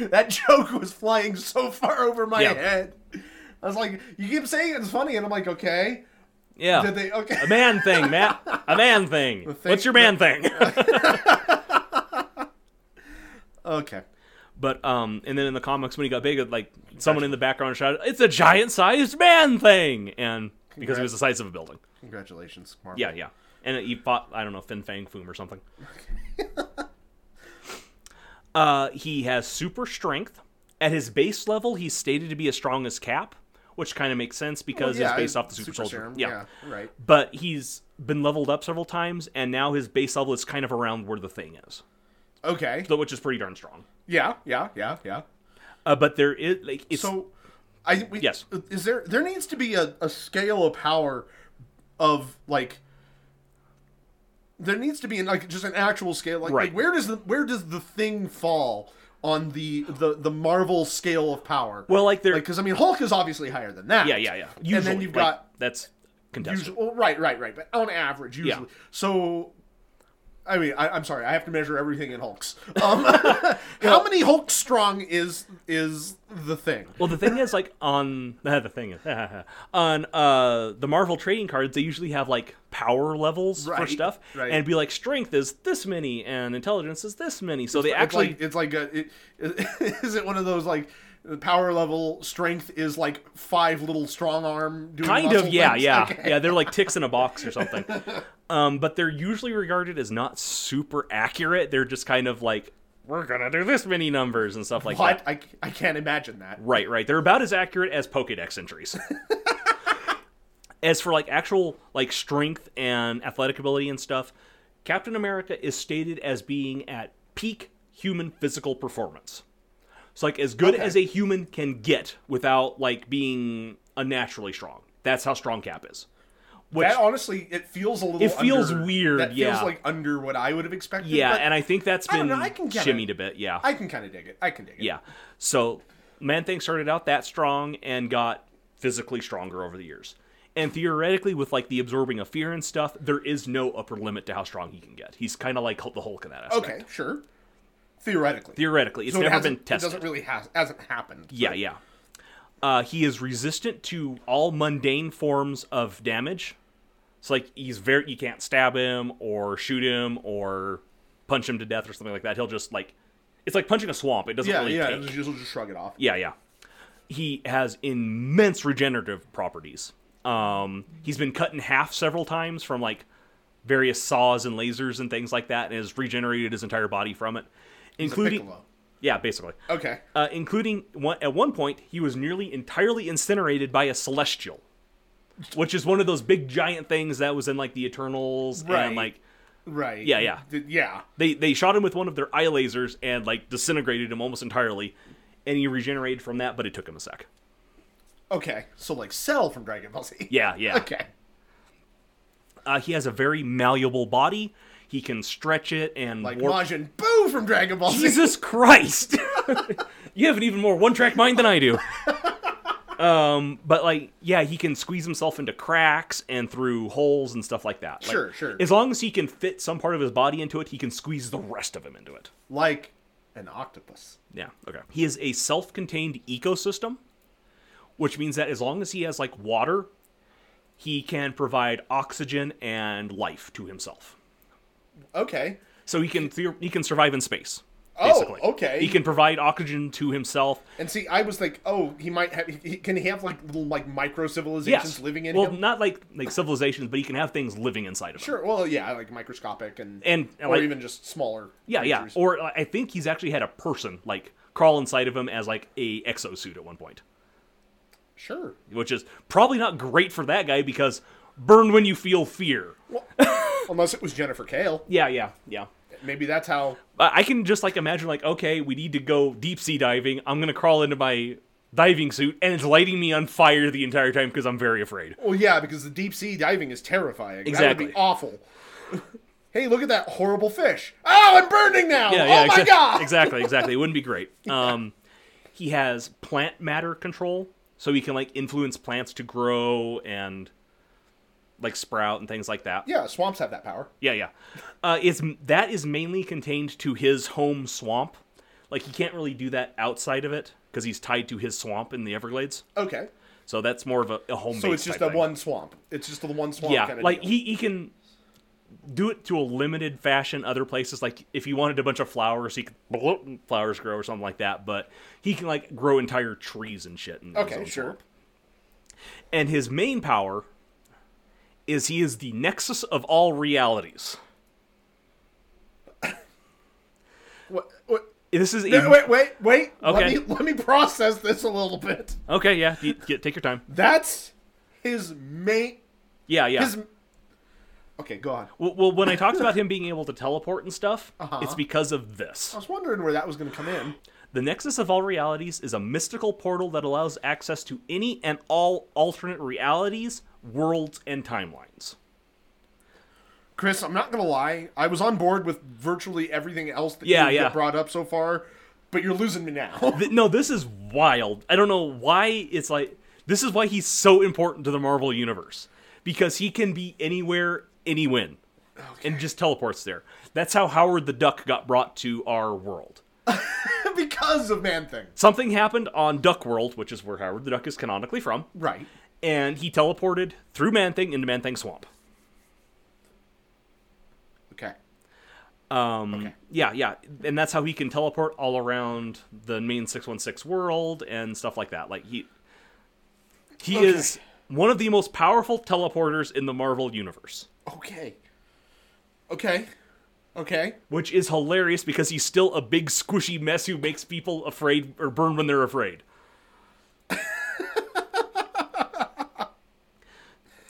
[SPEAKER 4] That joke was flying so far over my
[SPEAKER 3] Yeah.
[SPEAKER 4] head. I was like, "You keep saying it's funny," and I'm like, "Okay."
[SPEAKER 3] Yeah.
[SPEAKER 4] Did they? Okay.
[SPEAKER 3] A man thing, Matt. A man thing.
[SPEAKER 4] thing-
[SPEAKER 3] What's your man thing?
[SPEAKER 4] Okay.
[SPEAKER 3] but um and then in the comics when he got big, like someone in the background shouted, It's a giant sized man thing and because it was the size of a building.
[SPEAKER 4] Congratulations, Marvel.
[SPEAKER 3] Yeah, yeah. And he fought, I don't know, Fin Fang Foom or something. uh, he has super strength. At his base level, he's stated to be as strong as Cap, which kind of makes sense because
[SPEAKER 4] yeah,
[SPEAKER 3] it's based
[SPEAKER 4] it-
[SPEAKER 3] off the Super, Soldier.
[SPEAKER 4] serum,
[SPEAKER 3] yeah.
[SPEAKER 4] yeah, right.
[SPEAKER 3] But he's been leveled up several times, and now his base level is kind of around where the thing is,
[SPEAKER 4] Okay.
[SPEAKER 3] so, which is pretty darn strong.
[SPEAKER 4] Yeah, yeah, yeah, yeah.
[SPEAKER 3] Uh, but there is, like, it's.
[SPEAKER 4] So, I we,
[SPEAKER 3] Yes.
[SPEAKER 4] Is there there needs to be a, a scale of power of like there needs to be like just an actual scale like, like,
[SPEAKER 3] Right.
[SPEAKER 4] where does the where does the thing fall on the the the Marvel scale of power?
[SPEAKER 3] well, like, there.
[SPEAKER 4] like because I mean Hulk is obviously higher than that.
[SPEAKER 3] yeah, yeah, yeah.
[SPEAKER 4] and
[SPEAKER 3] Usually,
[SPEAKER 4] then you've
[SPEAKER 3] like,
[SPEAKER 4] got
[SPEAKER 3] That's contested.
[SPEAKER 4] Usually, well, right, right, right. But on average, usually. So, I mean, I, I'm sorry, I have to measure everything in Hulks. Um, how many Hulks strong is is the thing?
[SPEAKER 3] Well, the thing is, like on the thing is on uh, the Marvel trading cards, they usually have like power levels for
[SPEAKER 4] Right,
[SPEAKER 3] stuff,
[SPEAKER 4] right.
[SPEAKER 3] and it'd be like strength is this many and intelligence is this many. So they
[SPEAKER 4] It's
[SPEAKER 3] actually,
[SPEAKER 4] like it's like a, it, is it one of those like the power level strength is like five little strong arm doing
[SPEAKER 3] kind
[SPEAKER 4] muscle
[SPEAKER 3] of, yeah,
[SPEAKER 4] things?
[SPEAKER 3] yeah,
[SPEAKER 4] Okay.
[SPEAKER 3] yeah. They're like ticks in a box or something. um, but they're usually regarded as not super accurate. They're just kind of like we're gonna do this many numbers and stuff like that.
[SPEAKER 4] But I, I can't imagine that.
[SPEAKER 3] Right, right. They're about as accurate as Pokedex entries. as for like actual like strength and athletic ability and stuff, Captain America is stated as being at peak human physical performance. So like as good
[SPEAKER 4] Okay.
[SPEAKER 3] as a human can get without like being unnaturally strong. That's how strong Cap is. Which
[SPEAKER 4] That honestly, it feels a little.
[SPEAKER 3] It feels
[SPEAKER 4] under-
[SPEAKER 3] weird,
[SPEAKER 4] That
[SPEAKER 3] yeah.
[SPEAKER 4] feels like under what I would have expected.
[SPEAKER 3] yeah,
[SPEAKER 4] but
[SPEAKER 3] and I think that's
[SPEAKER 4] I don't
[SPEAKER 3] been
[SPEAKER 4] know, I can kinda-
[SPEAKER 3] shimmied a bit. Yeah.
[SPEAKER 4] I can kind of dig it. I can dig it.
[SPEAKER 3] Yeah. So Man Thing started out that strong and got physically stronger over the years. And theoretically, with like the absorbing of fear and stuff, there is no upper limit to how strong he can get. He's kind of like Hul- the Hulk in that aspect.
[SPEAKER 4] Okay, sure. theoretically.
[SPEAKER 3] Theoretically, it's
[SPEAKER 4] it
[SPEAKER 3] never
[SPEAKER 4] hasn't-
[SPEAKER 3] been tested.
[SPEAKER 4] It doesn't really has hasn't happened.
[SPEAKER 3] Yeah, yeah. Uh, he is resistant to all mundane forms of damage. It's like he's very you can't stab him or shoot him or punch him to death or something like that. He'll just like it's like punching a swamp. It doesn't
[SPEAKER 4] yeah,
[SPEAKER 3] really
[SPEAKER 4] yeah.
[SPEAKER 3] take.
[SPEAKER 4] You'll just shrug it off.
[SPEAKER 3] Yeah, yeah. He has immense regenerative properties. Um, he's been cut in half several times from like various saws and lasers and things like that, and has regenerated his entire body from it,
[SPEAKER 4] It's a
[SPEAKER 3] including
[SPEAKER 4] Piccolo.
[SPEAKER 3] yeah, basically
[SPEAKER 4] Okay.
[SPEAKER 3] uh, including one, at one point he was nearly entirely incinerated by a celestial, which is one of those big giant things that was in like the Eternals
[SPEAKER 4] Right.
[SPEAKER 3] and like
[SPEAKER 4] Right.
[SPEAKER 3] yeah, yeah.
[SPEAKER 4] Th- yeah.
[SPEAKER 3] they they shot him with one of their eye lasers and like disintegrated him almost entirely, and he regenerated from that, but it took him a sec.
[SPEAKER 4] Okay. So like Cell from Dragon Ball Z.
[SPEAKER 3] Yeah, yeah.
[SPEAKER 4] Okay.
[SPEAKER 3] Uh, he has a very malleable body. He can stretch it and
[SPEAKER 4] Like
[SPEAKER 3] warp-
[SPEAKER 4] Majin Buu from Dragon Ball Z.
[SPEAKER 3] Jesus Christ! you have an even more one-track mind than I do. Um, but like, yeah, he can squeeze himself into cracks and through holes and stuff like that. Like,
[SPEAKER 4] Sure, sure.
[SPEAKER 3] As long as he can fit some part of his body into it, he can squeeze the rest of him into it.
[SPEAKER 4] Like an octopus.
[SPEAKER 3] Yeah. Okay. He is a self-contained ecosystem, which means that as long as he has like water, he can provide oxygen and life to himself.
[SPEAKER 4] Okay.
[SPEAKER 3] So he can theor he can survive in space.
[SPEAKER 4] Oh,
[SPEAKER 3] Basically.
[SPEAKER 4] okay.
[SPEAKER 3] He can provide oxygen to himself.
[SPEAKER 4] And see, I was like, oh, he might have. He, can he have like little like micro civilizations living in
[SPEAKER 3] well,
[SPEAKER 4] him?
[SPEAKER 3] not like like civilizations, but he can have things living inside of him.
[SPEAKER 4] Sure. Well, yeah, like microscopic and
[SPEAKER 3] And,
[SPEAKER 4] or
[SPEAKER 3] like-
[SPEAKER 4] even just smaller.
[SPEAKER 3] Yeah, yeah.
[SPEAKER 4] creatures.
[SPEAKER 3] Or uh, I think he's actually had a person like crawl inside of him as like a exosuit at one point,
[SPEAKER 4] sure.
[SPEAKER 3] which is probably not great for that guy because burn when you feel fear.
[SPEAKER 4] Unless it was Jennifer Kale,
[SPEAKER 3] Yeah, yeah, yeah.
[SPEAKER 4] maybe that's how.
[SPEAKER 3] But I can just like imagine like okay, we need to go deep sea diving. I'm gonna crawl into my diving suit and it's lighting me on fire the entire time because I'm very afraid.
[SPEAKER 4] Well, yeah, because the deep sea diving is terrifying. That would
[SPEAKER 3] Exactly.
[SPEAKER 4] be awful. hey, look at that horrible fish! Oh, I'm burning now!
[SPEAKER 3] yeah,
[SPEAKER 4] oh
[SPEAKER 3] yeah,
[SPEAKER 4] my
[SPEAKER 3] exac-
[SPEAKER 4] god!
[SPEAKER 3] exactly, exactly. It wouldn't be great. Um, he has plant matter control, so he can like influence plants to grow and like sprout and things like that.
[SPEAKER 4] Yeah, swamps have that power.
[SPEAKER 3] yeah, yeah. Uh, is that is mainly contained to his home swamp? Like he can't really do that outside of it because he's tied to his swamp in the Everglades.
[SPEAKER 4] Okay,
[SPEAKER 3] So that's more of a, a home.
[SPEAKER 4] so it's just
[SPEAKER 3] type
[SPEAKER 4] the
[SPEAKER 3] thing.
[SPEAKER 4] one swamp. It's just the one swamp.
[SPEAKER 3] Yeah,
[SPEAKER 4] kind of
[SPEAKER 3] like
[SPEAKER 4] deal.
[SPEAKER 3] he, he can do it to a limited fashion. Other places, like if he wanted a bunch of flowers, he could bloop, flowers grow or something like that. But he can like grow entire trees and shit. In his
[SPEAKER 4] Okay,
[SPEAKER 3] own
[SPEAKER 4] sure.
[SPEAKER 3] swamp. And his main power is he is the nexus of all realities.
[SPEAKER 4] What, what,
[SPEAKER 3] This is a,
[SPEAKER 4] no, wait, wait, wait.
[SPEAKER 3] Okay.
[SPEAKER 4] Let me let me process this a little bit.
[SPEAKER 3] okay. Yeah, you- you- take your time.
[SPEAKER 4] That's his main.
[SPEAKER 3] Yeah, yeah.
[SPEAKER 4] His. Okay, go on.
[SPEAKER 3] well, well, when I talked about him being able to teleport and stuff,
[SPEAKER 4] Uh-huh.
[SPEAKER 3] it's because of this.
[SPEAKER 4] I was wondering where that was going to come in.
[SPEAKER 3] The Nexus of All Realities is a mystical portal that allows access to any and all alternate realities, worlds, and timelines.
[SPEAKER 4] Chris, I'm not gonna lie. I was on board with virtually everything else that
[SPEAKER 3] Yeah,
[SPEAKER 4] you
[SPEAKER 3] yeah.
[SPEAKER 4] have brought up so far, but you're losing me now.
[SPEAKER 3] Th- no, this is wild. I don't know why it's like this is why he's so important to the Marvel universe because he can be anywhere, any when, and just teleports there. That's how Howard the Duck got brought to our world.
[SPEAKER 4] because of Man Thing.
[SPEAKER 3] Something happened on Duck World, which is where Howard the Duck is canonically from,
[SPEAKER 4] Right.
[SPEAKER 3] and he teleported through Man Thing into Man Thing Swamp.
[SPEAKER 4] Okay.
[SPEAKER 3] Um, Yeah, yeah, and that's how he can teleport all around the main six one six world and stuff like that. Like he, he
[SPEAKER 4] Okay.
[SPEAKER 3] is one of the most powerful teleporters in the Marvel universe,
[SPEAKER 4] Okay. Okay. Okay.
[SPEAKER 3] which is hilarious because he's still a big squishy mess who makes people afraid or burn when they're afraid.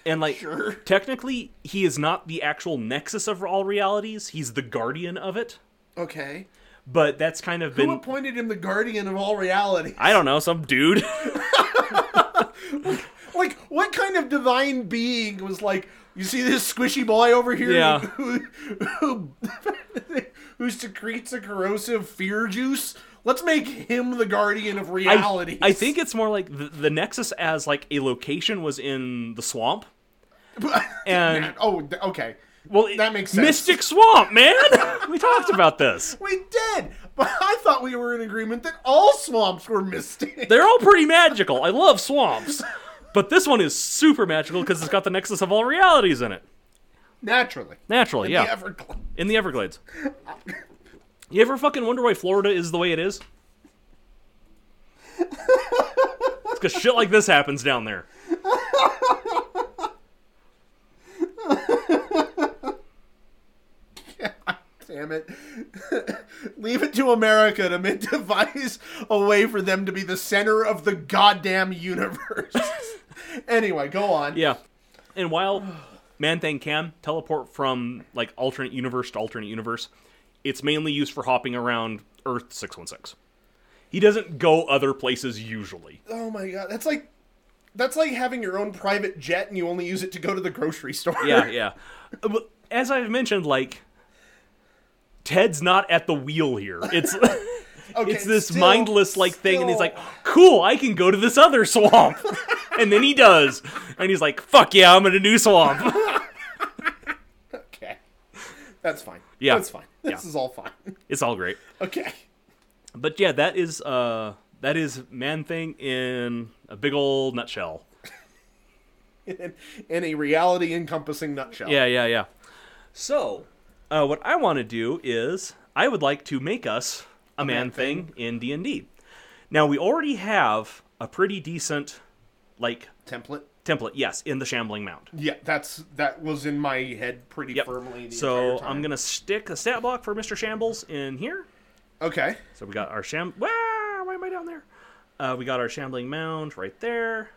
[SPEAKER 3] and like,
[SPEAKER 4] Sure.
[SPEAKER 3] technically, he is not the actual nexus of all realities. He's the guardian of it.
[SPEAKER 4] Okay.
[SPEAKER 3] But that's kind of been
[SPEAKER 4] Who appointed him the guardian of all reality?
[SPEAKER 3] I don't know, some dude.
[SPEAKER 4] Like, what kind of divine being was like? You see this squishy boy over here
[SPEAKER 3] Yeah.
[SPEAKER 4] who who, who, who secretes a corrosive fear juice? Let's make him the guardian of reality.
[SPEAKER 3] I, I think it's more like the, the Nexus as like a location was in the swamp. And
[SPEAKER 4] Oh, th- okay.
[SPEAKER 3] well, it-
[SPEAKER 4] that makes sense.
[SPEAKER 3] Mystic Swamp, man. we talked about this.
[SPEAKER 4] We did. But I thought we were in agreement that all swamps were mystic.
[SPEAKER 3] They're all pretty magical. I love swamps. But this one is super magical because it's got the nexus of all realities in it.
[SPEAKER 4] Naturally.
[SPEAKER 3] Naturally, yeah.
[SPEAKER 4] The Everglades.
[SPEAKER 3] in the Everglades. You ever fucking wonder why Florida is the way it is? It's because shit like this happens down there.
[SPEAKER 4] Damn it. Leave it to America to make- devise a way for them to be the center of the goddamn universe. anyway, go on.
[SPEAKER 3] Yeah. And while Man Thing can teleport from like alternate universe to alternate universe, it's mainly used for hopping around Earth 616. He doesn't go other places usually.
[SPEAKER 4] Oh my god. That's like that's like having your own private jet and you only use it to go to the grocery store.
[SPEAKER 3] yeah, yeah. Uh, but As I've mentioned, like Ted's not at the wheel here. It's
[SPEAKER 4] Okay,
[SPEAKER 3] it's this
[SPEAKER 4] still-
[SPEAKER 3] mindless like thing, and he's
[SPEAKER 4] still-
[SPEAKER 3] like, "Cool, I can go to this other swamp," and then he does, and he's like, "Fuck yeah, I'm in a new swamp."
[SPEAKER 4] Okay. That's fine.
[SPEAKER 3] Yeah.
[SPEAKER 4] That's fine. This
[SPEAKER 3] Yeah.
[SPEAKER 4] is all fine.
[SPEAKER 3] it's all great.
[SPEAKER 4] Okay.
[SPEAKER 3] But yeah, that is uh that is man thing in a big old nutshell.
[SPEAKER 4] In, in a reality encompassing nutshell.
[SPEAKER 3] Yeah, yeah, yeah. So, uh, what I want to do is I would like to make us a, man, thing, in D and D. Now we already have a pretty decent like
[SPEAKER 4] Template.
[SPEAKER 3] template, yes, in the Shambling Mound.
[SPEAKER 4] Yeah, that's that was in my head pretty
[SPEAKER 3] Yep.
[SPEAKER 4] firmly. The
[SPEAKER 3] So
[SPEAKER 4] entire time.
[SPEAKER 3] I'm gonna stick a stat block for Mr. Shambles in here.
[SPEAKER 4] Okay.
[SPEAKER 3] So we got our sham. Wah, why am I down there? Uh, we got our Shambling Mound right there.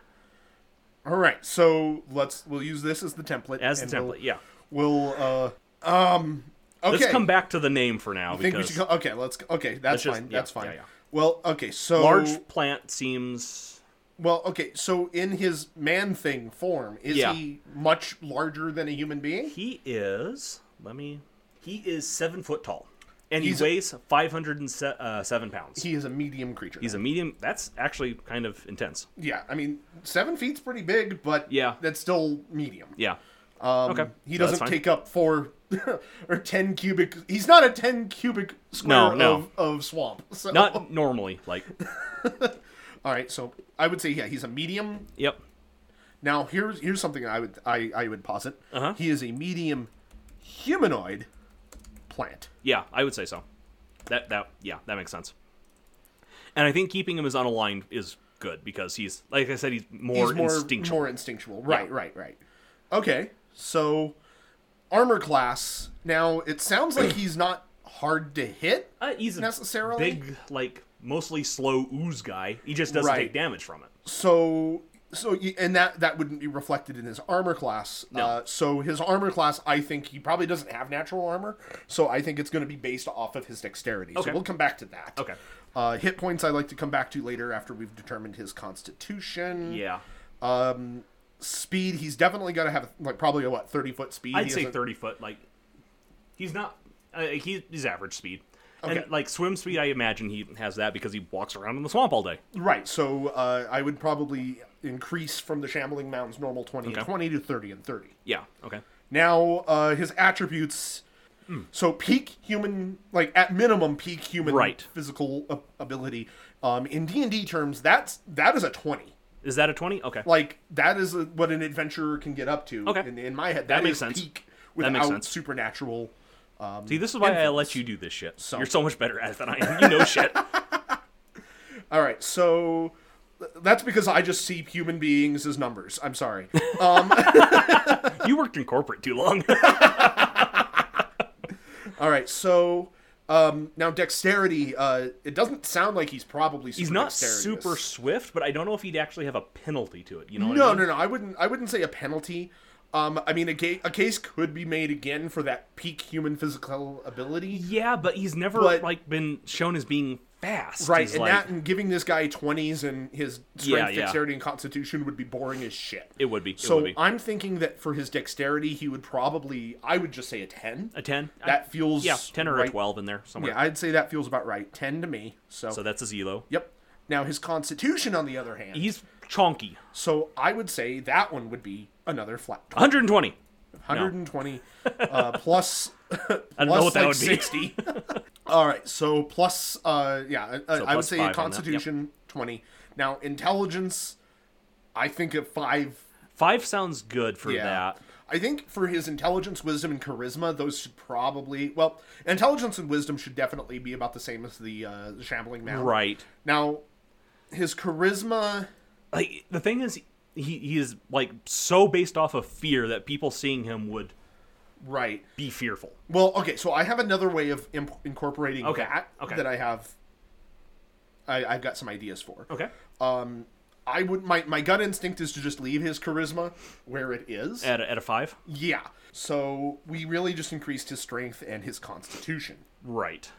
[SPEAKER 4] All right. So let's we'll use this as the template.
[SPEAKER 3] As the
[SPEAKER 4] and we'll-
[SPEAKER 3] template, yeah.
[SPEAKER 4] We'll uh um okay.
[SPEAKER 3] Let's come back to the name for now
[SPEAKER 4] I think we
[SPEAKER 3] because
[SPEAKER 4] should go, okay, let's okay, that's
[SPEAKER 3] Let's just-
[SPEAKER 4] fine.
[SPEAKER 3] yeah,
[SPEAKER 4] that's fine.
[SPEAKER 3] yeah, yeah.
[SPEAKER 4] Well, okay. So
[SPEAKER 3] large plant seems
[SPEAKER 4] well, okay. So in his man thing form, is
[SPEAKER 3] Yeah.
[SPEAKER 4] he much larger than a human being?
[SPEAKER 3] He is. Let me. He is seven foot tall, and
[SPEAKER 4] He's a-
[SPEAKER 3] he weighs five hundred and uh, seven pounds.
[SPEAKER 4] He is a medium creature.
[SPEAKER 3] He's a medium. That's actually kind of intense.
[SPEAKER 4] yeah, I mean, 7 feet's pretty big, but
[SPEAKER 3] Yeah.
[SPEAKER 4] that's still medium.
[SPEAKER 3] Yeah.
[SPEAKER 4] Um,
[SPEAKER 3] Okay.
[SPEAKER 4] He
[SPEAKER 3] No, that's
[SPEAKER 4] doesn't
[SPEAKER 3] fine.
[SPEAKER 4] take up four or ten cubic. He's not a ten cubic square
[SPEAKER 3] No, no.
[SPEAKER 4] Of, of swamp. So,
[SPEAKER 3] Not normally. Like.
[SPEAKER 4] all right. So I would say yeah, he's a medium.
[SPEAKER 3] Yep.
[SPEAKER 4] Now here's here's something I would I I would posit.
[SPEAKER 3] Uh-huh.
[SPEAKER 4] He is a medium humanoid plant.
[SPEAKER 3] Yeah, I would say so. That that yeah, that makes sense. And I think keeping him as unaligned is good because he's like I said, he's more,
[SPEAKER 4] He's more
[SPEAKER 3] instinctual.
[SPEAKER 4] More instinctual. Right. Right. Right. Okay. So armor class. Now it sounds like he's not hard to hit.
[SPEAKER 3] Uh, he's a
[SPEAKER 4] necessarily?
[SPEAKER 3] big, like mostly slow ooze guy. He just doesn't
[SPEAKER 4] Right.
[SPEAKER 3] take damage from it.
[SPEAKER 4] so so y- and that that wouldn't be reflected in his armor class uh, so his armor class i think he probably doesn't have natural armor so i think it's going to be based off of his dexterity
[SPEAKER 3] Okay.
[SPEAKER 4] so we'll come back to that
[SPEAKER 3] Okay.
[SPEAKER 4] uh, hit points i like to come back to later after we've determined his constitution
[SPEAKER 3] Yeah,
[SPEAKER 4] um speed he's definitely got to have like probably a what 30 foot speed
[SPEAKER 3] I'd
[SPEAKER 4] He
[SPEAKER 3] say
[SPEAKER 4] isn't-
[SPEAKER 3] thirty foot. Like he's not. Uh, he, he's average speed.
[SPEAKER 4] Okay.
[SPEAKER 3] And like swim speed, I imagine he has that because he walks around in the swamp all day.
[SPEAKER 4] right so uh, i would probably increase from the shambling mounds normal 20 and
[SPEAKER 3] Okay.
[SPEAKER 4] 20 to 30 and 30
[SPEAKER 3] Yeah. Okay.
[SPEAKER 4] Now uh, his attributes. So peak human, like at minimum peak human
[SPEAKER 3] Right.
[SPEAKER 4] physical ab- ability. Um, in D and D terms, that's that is a twenty.
[SPEAKER 3] Is that a twenty? Okay.
[SPEAKER 4] Like that is a, what an adventurer can get up to.
[SPEAKER 3] Okay.
[SPEAKER 4] In, in my head,
[SPEAKER 3] That
[SPEAKER 4] that
[SPEAKER 3] makes
[SPEAKER 4] is
[SPEAKER 3] sense.
[SPEAKER 4] Peak without
[SPEAKER 3] That makes sense.
[SPEAKER 4] supernatural.
[SPEAKER 3] See, this is why I let you do this shit.
[SPEAKER 4] So-
[SPEAKER 3] You're so much better at it than I am. You know shit.
[SPEAKER 4] All right, so th- that's because I just see human beings as numbers. I'm sorry. Um,
[SPEAKER 3] You worked in corporate too long.
[SPEAKER 4] all right, so. Um, now dexterity, uh, it doesn't sound like he's probably super
[SPEAKER 3] He's not
[SPEAKER 4] dexterous.
[SPEAKER 3] super swift, but I don't know if he'd actually have a penalty to it. You know? What
[SPEAKER 4] No,
[SPEAKER 3] I mean?
[SPEAKER 4] no, no. I wouldn't. I wouldn't say a penalty. Um, I mean, a, ga- a case could be made again for that peak human physical ability,
[SPEAKER 3] Yeah, but he's never
[SPEAKER 4] But-
[SPEAKER 3] like been shown as being fast.
[SPEAKER 4] right?
[SPEAKER 3] He's
[SPEAKER 4] And
[SPEAKER 3] like,
[SPEAKER 4] that and giving this guy twenties and his strength,
[SPEAKER 3] Yeah, yeah.
[SPEAKER 4] dexterity, and constitution would be boring as shit.
[SPEAKER 3] It would be. It
[SPEAKER 4] so
[SPEAKER 3] would be.
[SPEAKER 4] I'm thinking that for his dexterity, he would probably. I would just say a ten.
[SPEAKER 3] a ten. I-
[SPEAKER 4] That feels
[SPEAKER 3] yeah, ten or
[SPEAKER 4] right.
[SPEAKER 3] a twelve in there somewhere.
[SPEAKER 4] Yeah, I'd say that feels about right. Ten to me. So,
[SPEAKER 3] so that's his elo.
[SPEAKER 4] yep. Now his constitution, on the other hand,
[SPEAKER 3] He's chonky.
[SPEAKER 4] so I would say that one would be another flat. 20.
[SPEAKER 3] 120.
[SPEAKER 4] 120 uh, plus.
[SPEAKER 3] I don't know what that
[SPEAKER 4] like
[SPEAKER 3] would be.
[SPEAKER 4] 60. All right, so plus, uh, yeah, uh, I would
[SPEAKER 3] plus
[SPEAKER 4] say
[SPEAKER 3] five on that, yep.
[SPEAKER 4] Constitution twenty. Now intelligence, I think at five.
[SPEAKER 3] Five sounds good for
[SPEAKER 4] Yeah,
[SPEAKER 3] that.
[SPEAKER 4] I think for his intelligence, wisdom, and charisma, those should probably well, intelligence and wisdom should definitely be about the same as the uh, shambling man.
[SPEAKER 3] Right.
[SPEAKER 4] now, his charisma.
[SPEAKER 3] Like the thing is, he, he is like so based off of fear that people seeing him would
[SPEAKER 4] Right.
[SPEAKER 3] be fearful.
[SPEAKER 4] Well, okay, so I have another way of imp- incorporating
[SPEAKER 3] Okay,
[SPEAKER 4] that
[SPEAKER 3] okay.
[SPEAKER 4] that I have. I, I've got some ideas for.
[SPEAKER 3] Okay.
[SPEAKER 4] I would my my gut instinct is to just leave his charisma where it is.
[SPEAKER 3] At a, at a five.
[SPEAKER 4] yeah. So we really just increased his strength and his constitution.
[SPEAKER 3] Right.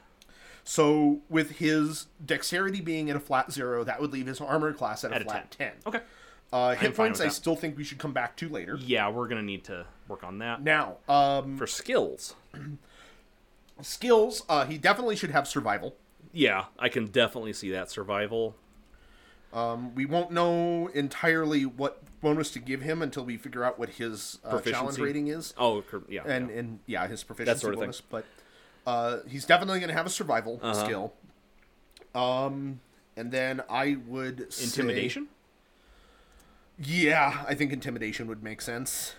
[SPEAKER 4] So with his dexterity being at a flat zero, that would leave his armor class at a
[SPEAKER 3] At a
[SPEAKER 4] flat
[SPEAKER 3] 10.
[SPEAKER 4] ten.
[SPEAKER 3] Okay.
[SPEAKER 4] Uh, hit
[SPEAKER 3] I'm fine
[SPEAKER 4] points
[SPEAKER 3] with
[SPEAKER 4] I
[SPEAKER 3] that.
[SPEAKER 4] still think we should come back to later.
[SPEAKER 3] Yeah, we're gonna need to work on that
[SPEAKER 4] Now, um,
[SPEAKER 3] for skills.
[SPEAKER 4] skills. Uh, he definitely should have survival.
[SPEAKER 3] Yeah, I can definitely see that survival.
[SPEAKER 4] We won't know entirely what bonus to give him until we figure out what his uh, challenge
[SPEAKER 3] Proficiency.
[SPEAKER 4] rating is,
[SPEAKER 3] Oh, cur- yeah.
[SPEAKER 4] and
[SPEAKER 3] yeah.
[SPEAKER 4] and yeah, his proficiency
[SPEAKER 3] sort of thing. Uh-huh.
[SPEAKER 4] bonus. But uh, he's definitely going to have a survival skill. Um, and then I would say-
[SPEAKER 3] intimidation.
[SPEAKER 4] yeah, I think intimidation would make sense.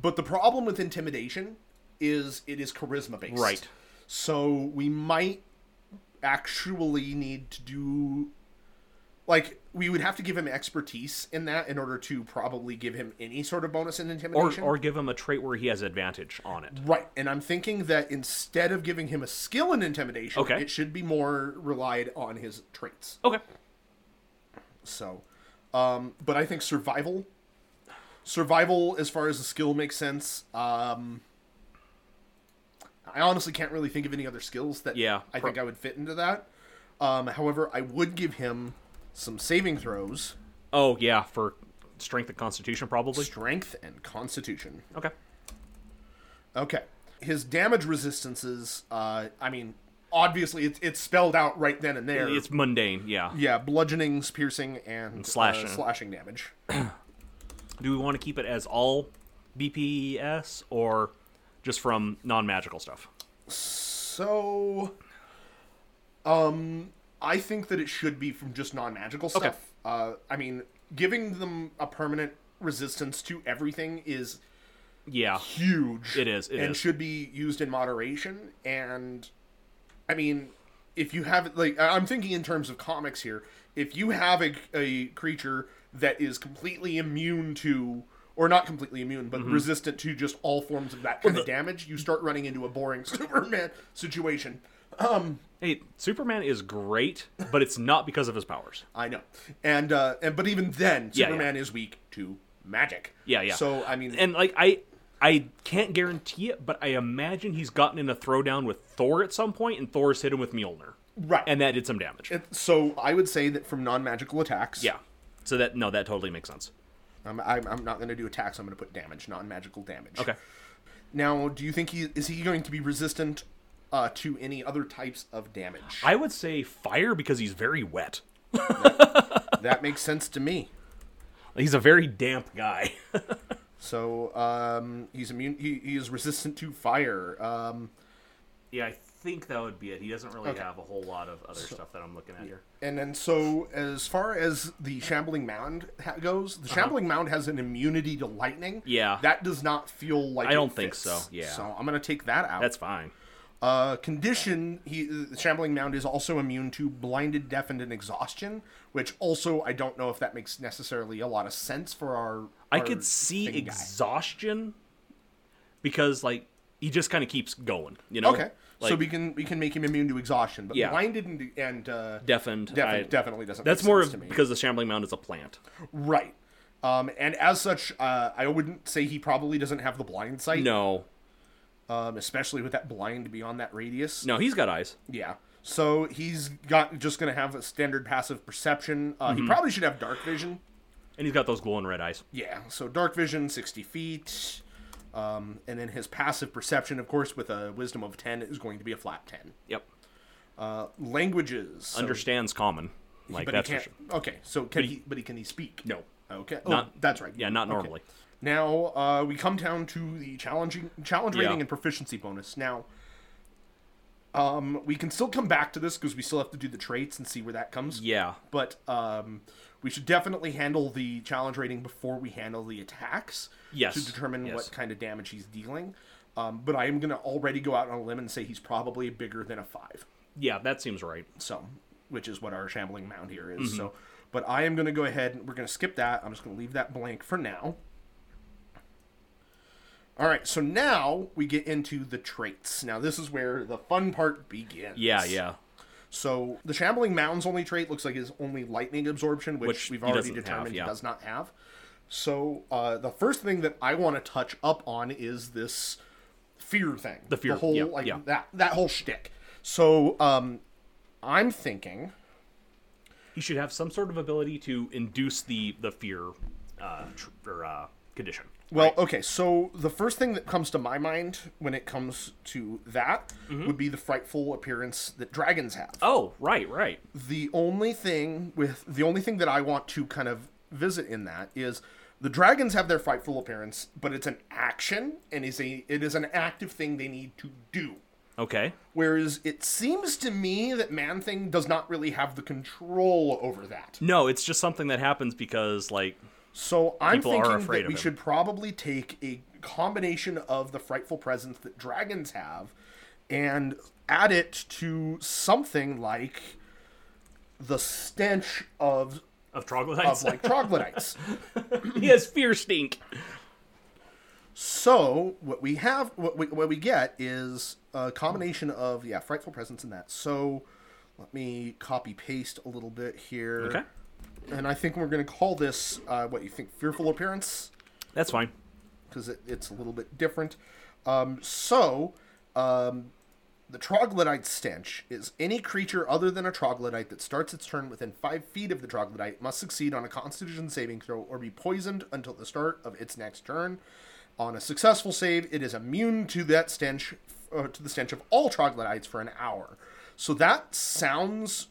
[SPEAKER 4] But the problem with intimidation is it is charisma based,
[SPEAKER 3] Right.
[SPEAKER 4] So we might actually need to do like we would have to give him expertise in that in order to probably give him any sort of bonus in
[SPEAKER 3] Or,
[SPEAKER 4] intimidation.
[SPEAKER 3] or give him a trait where he has advantage on it.
[SPEAKER 4] right. And I'm thinking that instead of giving him a skill in intimidation,
[SPEAKER 3] Okay.
[SPEAKER 4] it should be more relied on his traits.
[SPEAKER 3] Okay.
[SPEAKER 4] So, um, but I think survival, survival as far as the skill makes sense. Um, I honestly can't really think of any other skills that
[SPEAKER 3] Yeah,
[SPEAKER 4] I
[SPEAKER 3] prob-
[SPEAKER 4] think I would fit into that. Um, however, I would give him some saving throws,
[SPEAKER 3] Oh yeah, for strength and constitution probably.
[SPEAKER 4] strength, and constitution.
[SPEAKER 3] Okay.
[SPEAKER 4] Okay, his damage resistances. Uh, I mean, obviously it's it's spelled out right then and there.
[SPEAKER 3] It's mundane. Yeah.
[SPEAKER 4] yeah, bludgeonings, piercing, and uh,
[SPEAKER 3] slashing.
[SPEAKER 4] slashing damage.
[SPEAKER 3] Do we want to keep it as all BPS or just from non-magical stuff?
[SPEAKER 4] So, um, I think that it should be from just non-magical stuff. Uh, I mean, giving them a permanent resistance to everything is
[SPEAKER 3] Yeah.
[SPEAKER 4] huge.
[SPEAKER 3] It is, it
[SPEAKER 4] and
[SPEAKER 3] is.
[SPEAKER 4] should be used in moderation. And, I mean, if you have like, I- I'm thinking in terms of comics here. If you have a, a creature that is completely immune to. Or not completely immune,
[SPEAKER 3] Mm-hmm.
[SPEAKER 4] but resistant to just all forms of that kind of damage. You start running into a boring Superman situation.
[SPEAKER 3] Hey, Superman is great, but it's not because of his powers.
[SPEAKER 4] I know, and uh, and but even then,
[SPEAKER 3] Yeah, yeah.
[SPEAKER 4] Superman is weak to magic.
[SPEAKER 3] Yeah, yeah.
[SPEAKER 4] So I mean,
[SPEAKER 3] and like I I can't guarantee it, but I imagine he's gotten in a throwdown with Thor at some point, and Thor's hit him with Mjolnir,
[SPEAKER 4] right.
[SPEAKER 3] and that did some damage.
[SPEAKER 4] It- so I would say that from non-magical attacks.
[SPEAKER 3] yeah. So that no, that totally makes sense.
[SPEAKER 4] I'm, I'm, I'm not going to do attacks. I'm going to put damage, non-magical damage.
[SPEAKER 3] Okay.
[SPEAKER 4] Now, do you think he is he going to be resistant uh, to any other types of damage?
[SPEAKER 3] I would say fire because he's very wet.
[SPEAKER 4] that makes sense to me.
[SPEAKER 3] He's a very damp guy.
[SPEAKER 4] So um, he's immune. He, he is resistant to fire. Um,
[SPEAKER 3] yeah, I think that would be it. He doesn't really
[SPEAKER 4] Okay.
[SPEAKER 3] have a whole lot of other stuff that I'm looking at here.
[SPEAKER 4] And then, so as far as the shambling mound ha- goes, the shambling mound has an immunity to lightning.
[SPEAKER 3] Uh-huh. Yeah.
[SPEAKER 4] that does not feel like
[SPEAKER 3] I
[SPEAKER 4] it
[SPEAKER 3] don't think
[SPEAKER 4] fits.
[SPEAKER 3] so, yeah.
[SPEAKER 4] so I'm gonna take that out.
[SPEAKER 3] That's fine.
[SPEAKER 4] uh, condition. He the shambling mound is also immune to blinded, deafened, and exhaustion, which also I don't know if that makes necessarily a lot of sense for our.
[SPEAKER 3] I
[SPEAKER 4] our
[SPEAKER 3] could see
[SPEAKER 4] thing guy.
[SPEAKER 3] exhaustion because like he just kind of keeps going, you know.
[SPEAKER 4] Okay,
[SPEAKER 3] Like,
[SPEAKER 4] so we can we can make him immune to exhaustion, but
[SPEAKER 3] Yeah.
[SPEAKER 4] blinded and, and uh,
[SPEAKER 3] deafened.
[SPEAKER 4] deafen-
[SPEAKER 3] I-
[SPEAKER 4] definitely doesn't.
[SPEAKER 3] That's
[SPEAKER 4] make
[SPEAKER 3] more
[SPEAKER 4] sense
[SPEAKER 3] of
[SPEAKER 4] to me.
[SPEAKER 3] because the shambling mound is a plant.
[SPEAKER 4] Right. Um, and as such, uh, I wouldn't say he probably doesn't have the blind sight.
[SPEAKER 3] No,
[SPEAKER 4] Um, especially with that blind beyond that radius.
[SPEAKER 3] no, he's got eyes.
[SPEAKER 4] Yeah. So he's got just gonna have a standard passive perception. Uh,
[SPEAKER 3] Mm-hmm.
[SPEAKER 4] He probably should have dark vision.
[SPEAKER 3] And he's got those glowing red eyes.
[SPEAKER 4] Yeah. So dark vision, sixty feet. Um, and then his passive perception, of course, with a wisdom of ten, is going to be a flat ten.
[SPEAKER 3] Yep.
[SPEAKER 4] Languages. so-
[SPEAKER 3] Understands common. Like
[SPEAKER 4] but
[SPEAKER 3] that's
[SPEAKER 4] he
[SPEAKER 3] for
[SPEAKER 4] can't.
[SPEAKER 3] sure.
[SPEAKER 4] Okay. So can he? But he can he speak?
[SPEAKER 3] No.
[SPEAKER 4] Okay. Oh,
[SPEAKER 3] Not-
[SPEAKER 4] that's right.
[SPEAKER 3] Yeah, not
[SPEAKER 4] Okay.
[SPEAKER 3] normally.
[SPEAKER 4] Now uh, we come down to the challenging challenge rating
[SPEAKER 3] Yeah.
[SPEAKER 4] and proficiency bonus. Now, Um, we can still come back to this because we still have to do the traits and see where that comes.
[SPEAKER 3] Yeah.
[SPEAKER 4] But um, we should definitely handle the challenge rating before we handle the attacks.
[SPEAKER 3] Yes,
[SPEAKER 4] To determine
[SPEAKER 3] yes.
[SPEAKER 4] what kind of damage he's dealing. Um, but I am going to already go out on a limb and say he's probably bigger than a five.
[SPEAKER 3] Yeah, that seems right.
[SPEAKER 4] So, which is what our shambling mound here
[SPEAKER 3] Mm-hmm.
[SPEAKER 4] is. So, but I am going to go ahead and we're going to skip that. I'm just going to leave that blank for now. All right, so now we get into the traits. Now this is where the fun part begins.
[SPEAKER 3] Yeah, yeah.
[SPEAKER 4] So the shambling mound's only trait looks like is only lightning absorption, which,
[SPEAKER 3] Which
[SPEAKER 4] we've
[SPEAKER 3] he
[SPEAKER 4] already
[SPEAKER 3] doesn't have,
[SPEAKER 4] determined
[SPEAKER 3] yeah.
[SPEAKER 4] he does not have. So uh, the first thing that I want to touch up on is this fear thing. The
[SPEAKER 3] fear,
[SPEAKER 4] the whole
[SPEAKER 3] yeah,
[SPEAKER 4] like
[SPEAKER 3] yeah.
[SPEAKER 4] that that whole shtick. So um, I'm thinking
[SPEAKER 3] He should have some sort of ability to induce the the fear uh, tr- or uh, condition.
[SPEAKER 4] Well, okay, so the first thing that comes to my mind when it comes to that
[SPEAKER 3] Mm-hmm.
[SPEAKER 4] would be the frightful appearance that dragons have.
[SPEAKER 3] Oh, right, right.
[SPEAKER 4] The only thing with the only thing that I want to kind of visit in that is the dragons have their frightful appearance, but it's an action and is a it is an active thing they need to do.
[SPEAKER 3] Okay.
[SPEAKER 4] Whereas it seems to me that Man Thing does not really have the control over that.
[SPEAKER 3] No, it's just something that happens because like
[SPEAKER 4] So I'm
[SPEAKER 3] People are
[SPEAKER 4] thinking
[SPEAKER 3] afraid
[SPEAKER 4] that
[SPEAKER 3] of
[SPEAKER 4] we
[SPEAKER 3] him.
[SPEAKER 4] should probably take a combination of the frightful presence that dragons have and add it to something like the stench of
[SPEAKER 3] of
[SPEAKER 4] of
[SPEAKER 3] troglodytes.
[SPEAKER 4] like troglodytes.
[SPEAKER 3] he has fear stink.
[SPEAKER 4] So what we have, what we, what we get is a combination of yeah, frightful presence and that. So let me copy paste a little bit here.
[SPEAKER 3] Okay.
[SPEAKER 4] And I think we're going to call this uh, what you think fearful appearance.
[SPEAKER 3] That's fine.
[SPEAKER 4] because it, it's a little bit different. Um, so, um, the troglodyte stench is any creature other than a troglodyte that starts its turn within five feet of the troglodyte must succeed on a Constitution saving throw or be poisoned until the start of its next turn. On a successful save, it is immune to that stench, uh, to the stench of all troglodytes for an hour. So that sounds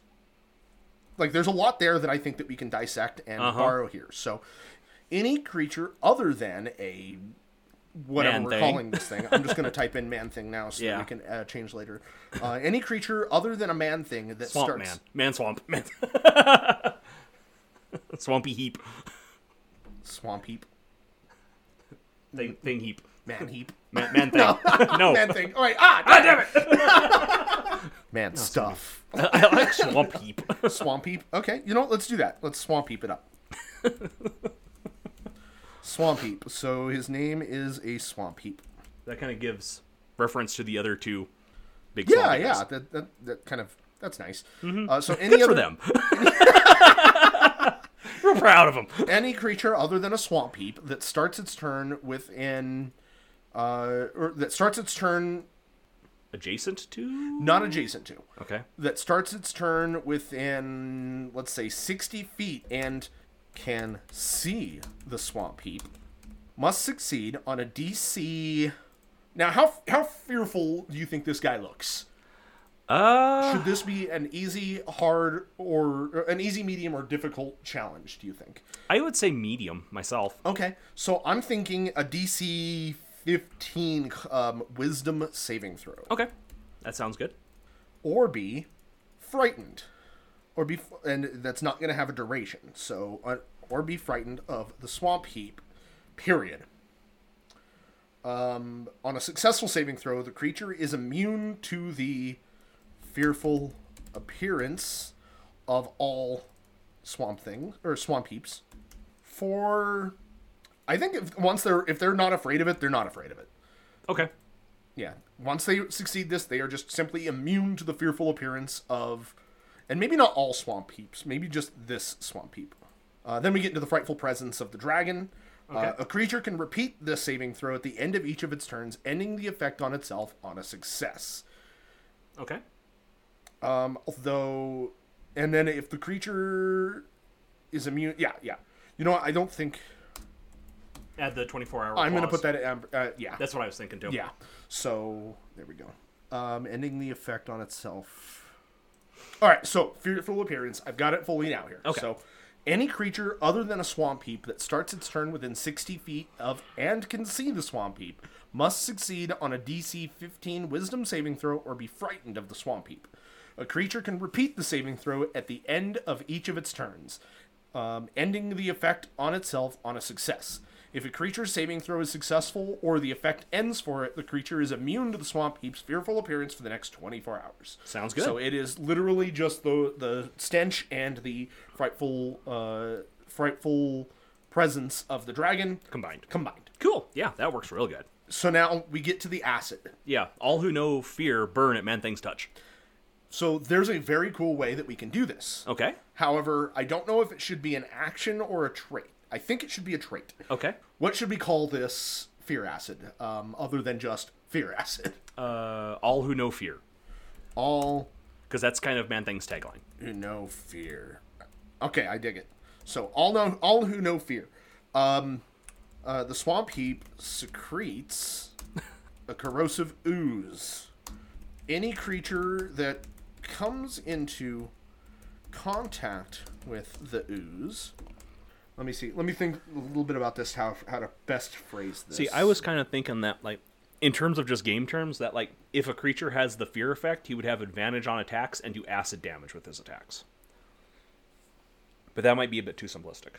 [SPEAKER 4] like there's a lot there that I think that we can dissect and borrow here. So any creature other than a whatever
[SPEAKER 3] Man
[SPEAKER 4] we're
[SPEAKER 3] thing.
[SPEAKER 4] calling this thing, I'm just going to type in man thing now so
[SPEAKER 3] Yeah.
[SPEAKER 4] that we can uh, change later. Uh, any creature other than a man thing that
[SPEAKER 3] Swamp
[SPEAKER 4] starts
[SPEAKER 3] man. Man swamp. Man. Swampy heap.
[SPEAKER 4] swamp heap,
[SPEAKER 3] Thing, thing heap.
[SPEAKER 4] man heap,
[SPEAKER 3] Man, man thing. No.
[SPEAKER 4] man thing. All right, ah,
[SPEAKER 3] God Oh. damn it!
[SPEAKER 4] man stuff,
[SPEAKER 3] I like swamp heap.
[SPEAKER 4] swamp heap. Okay, you know what? Let's do that. Let's swamp heap it up. swamp heap. So his name is a swamp heap.
[SPEAKER 3] That kind of gives reference to the other two big
[SPEAKER 4] Yeah,
[SPEAKER 3] swampy guys.
[SPEAKER 4] yeah. That, that that kind of that's nice. Uh, so any
[SPEAKER 3] Mm-hmm. Good
[SPEAKER 4] other
[SPEAKER 3] for them. Real proud of them.
[SPEAKER 4] any creature other than a swamp heap that starts its turn within uh, or that starts its turn
[SPEAKER 3] Adjacent to?
[SPEAKER 4] not adjacent to
[SPEAKER 3] Okay.
[SPEAKER 4] that starts its turn within let's say 60 feet and can see the swamp heap must succeed on a dc now how how fearful do you think this guy looks
[SPEAKER 3] Uh,
[SPEAKER 4] should this be an easy hard or, or an easy medium or difficult challenge do you think
[SPEAKER 3] I would say medium myself.
[SPEAKER 4] Okay, so I'm thinking a DC 15 um, Wisdom saving throw,
[SPEAKER 3] Okay. That sounds good.
[SPEAKER 4] or be frightened, or be and that's not going to have a duration. So, uh, or be frightened of the swamp heap. Period. Um, on a successful saving throw, the creature is immune to the fearful appearance of all swamp things or swamp heaps for I think if once they're if they're not afraid of it, they're not afraid of it.
[SPEAKER 3] Okay.
[SPEAKER 4] Yeah. Once they succeed this, they are just simply immune to the fearful appearance of and maybe not all swamp heaps, maybe just this swamp heap. Uh, then we get into the frightful presence of the dragon. Uh, a creature can repeat this saving throw at the end of each of its turns, ending the effect on itself on a success.
[SPEAKER 3] Okay.
[SPEAKER 4] Um, though, and then if the creature is immune, yeah, yeah. You know, what, I don't think
[SPEAKER 3] Add the 24 hour.
[SPEAKER 4] I'm going to
[SPEAKER 3] clause.
[SPEAKER 4] put that. Um, uh, yeah,
[SPEAKER 3] That's what I was thinking too.
[SPEAKER 4] Yeah. So there we go. Um, ending the effect on itself. All right. So fearful appearance. I've got it fully now here.
[SPEAKER 3] Okay.
[SPEAKER 4] So Any creature other than a swamp heap that starts its turn within 60 feet of and can see the swamp heap must succeed on a DC 15 wisdom saving throw or be frightened of the swamp heap. A creature can repeat the saving throw at the end of each of its turns, um, ending the effect on itself on a success. If a creature's saving throw is successful or the effect ends for it, the creature is immune to the swamp heap's fearful appearance for the next 24 hours.
[SPEAKER 3] Sounds good.
[SPEAKER 4] So it is literally just the the stench and the frightful uh, frightful presence of the dragon
[SPEAKER 3] Combined.
[SPEAKER 4] combined.
[SPEAKER 3] Cool. Yeah, that works real good.
[SPEAKER 4] So now we get to the acid.
[SPEAKER 3] Yeah, all who know fear burn at man things touch.
[SPEAKER 4] So there's a very cool way that we can do this.
[SPEAKER 3] Okay.
[SPEAKER 4] However, I don't know if it should be an action or a trait. I think it should be a trait.
[SPEAKER 3] Okay.
[SPEAKER 4] What should we call this fear acid, um, other than just fear acid?
[SPEAKER 3] Uh, all who know fear,
[SPEAKER 4] All
[SPEAKER 3] because that's kind of man thing's tagline.
[SPEAKER 4] who know fear. Okay, I dig it. So all know all who know fear. Um, uh, the swamp heap secretes a corrosive ooze. Any creature that comes into contact with the ooze. Let me see. Let me think a little bit about this. How how to best phrase this?
[SPEAKER 3] See, I was kind of thinking that, like, in terms of just game terms, that like if a creature has the fear effect, he would have advantage on attacks and do acid damage with his attacks. But that might be a bit too simplistic.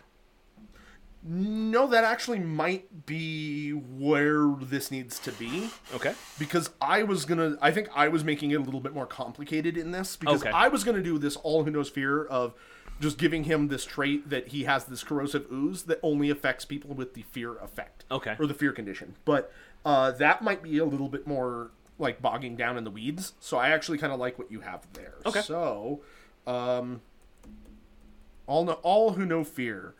[SPEAKER 4] no. That actually might be where this needs to be.
[SPEAKER 3] Okay.
[SPEAKER 4] because I was gonna. I think I was making it a little bit more complicated in this because
[SPEAKER 3] Okay.
[SPEAKER 4] I was gonna do this all who knows fear of just giving him this trait that he has this corrosive ooze that only affects people with the fear effect.
[SPEAKER 3] Okay.
[SPEAKER 4] Or the fear condition, but uh, that might be a little bit more like bogging down in the weeds. So I actually kind of like what you have there.
[SPEAKER 3] Okay.
[SPEAKER 4] So, um, all know, all who know fear,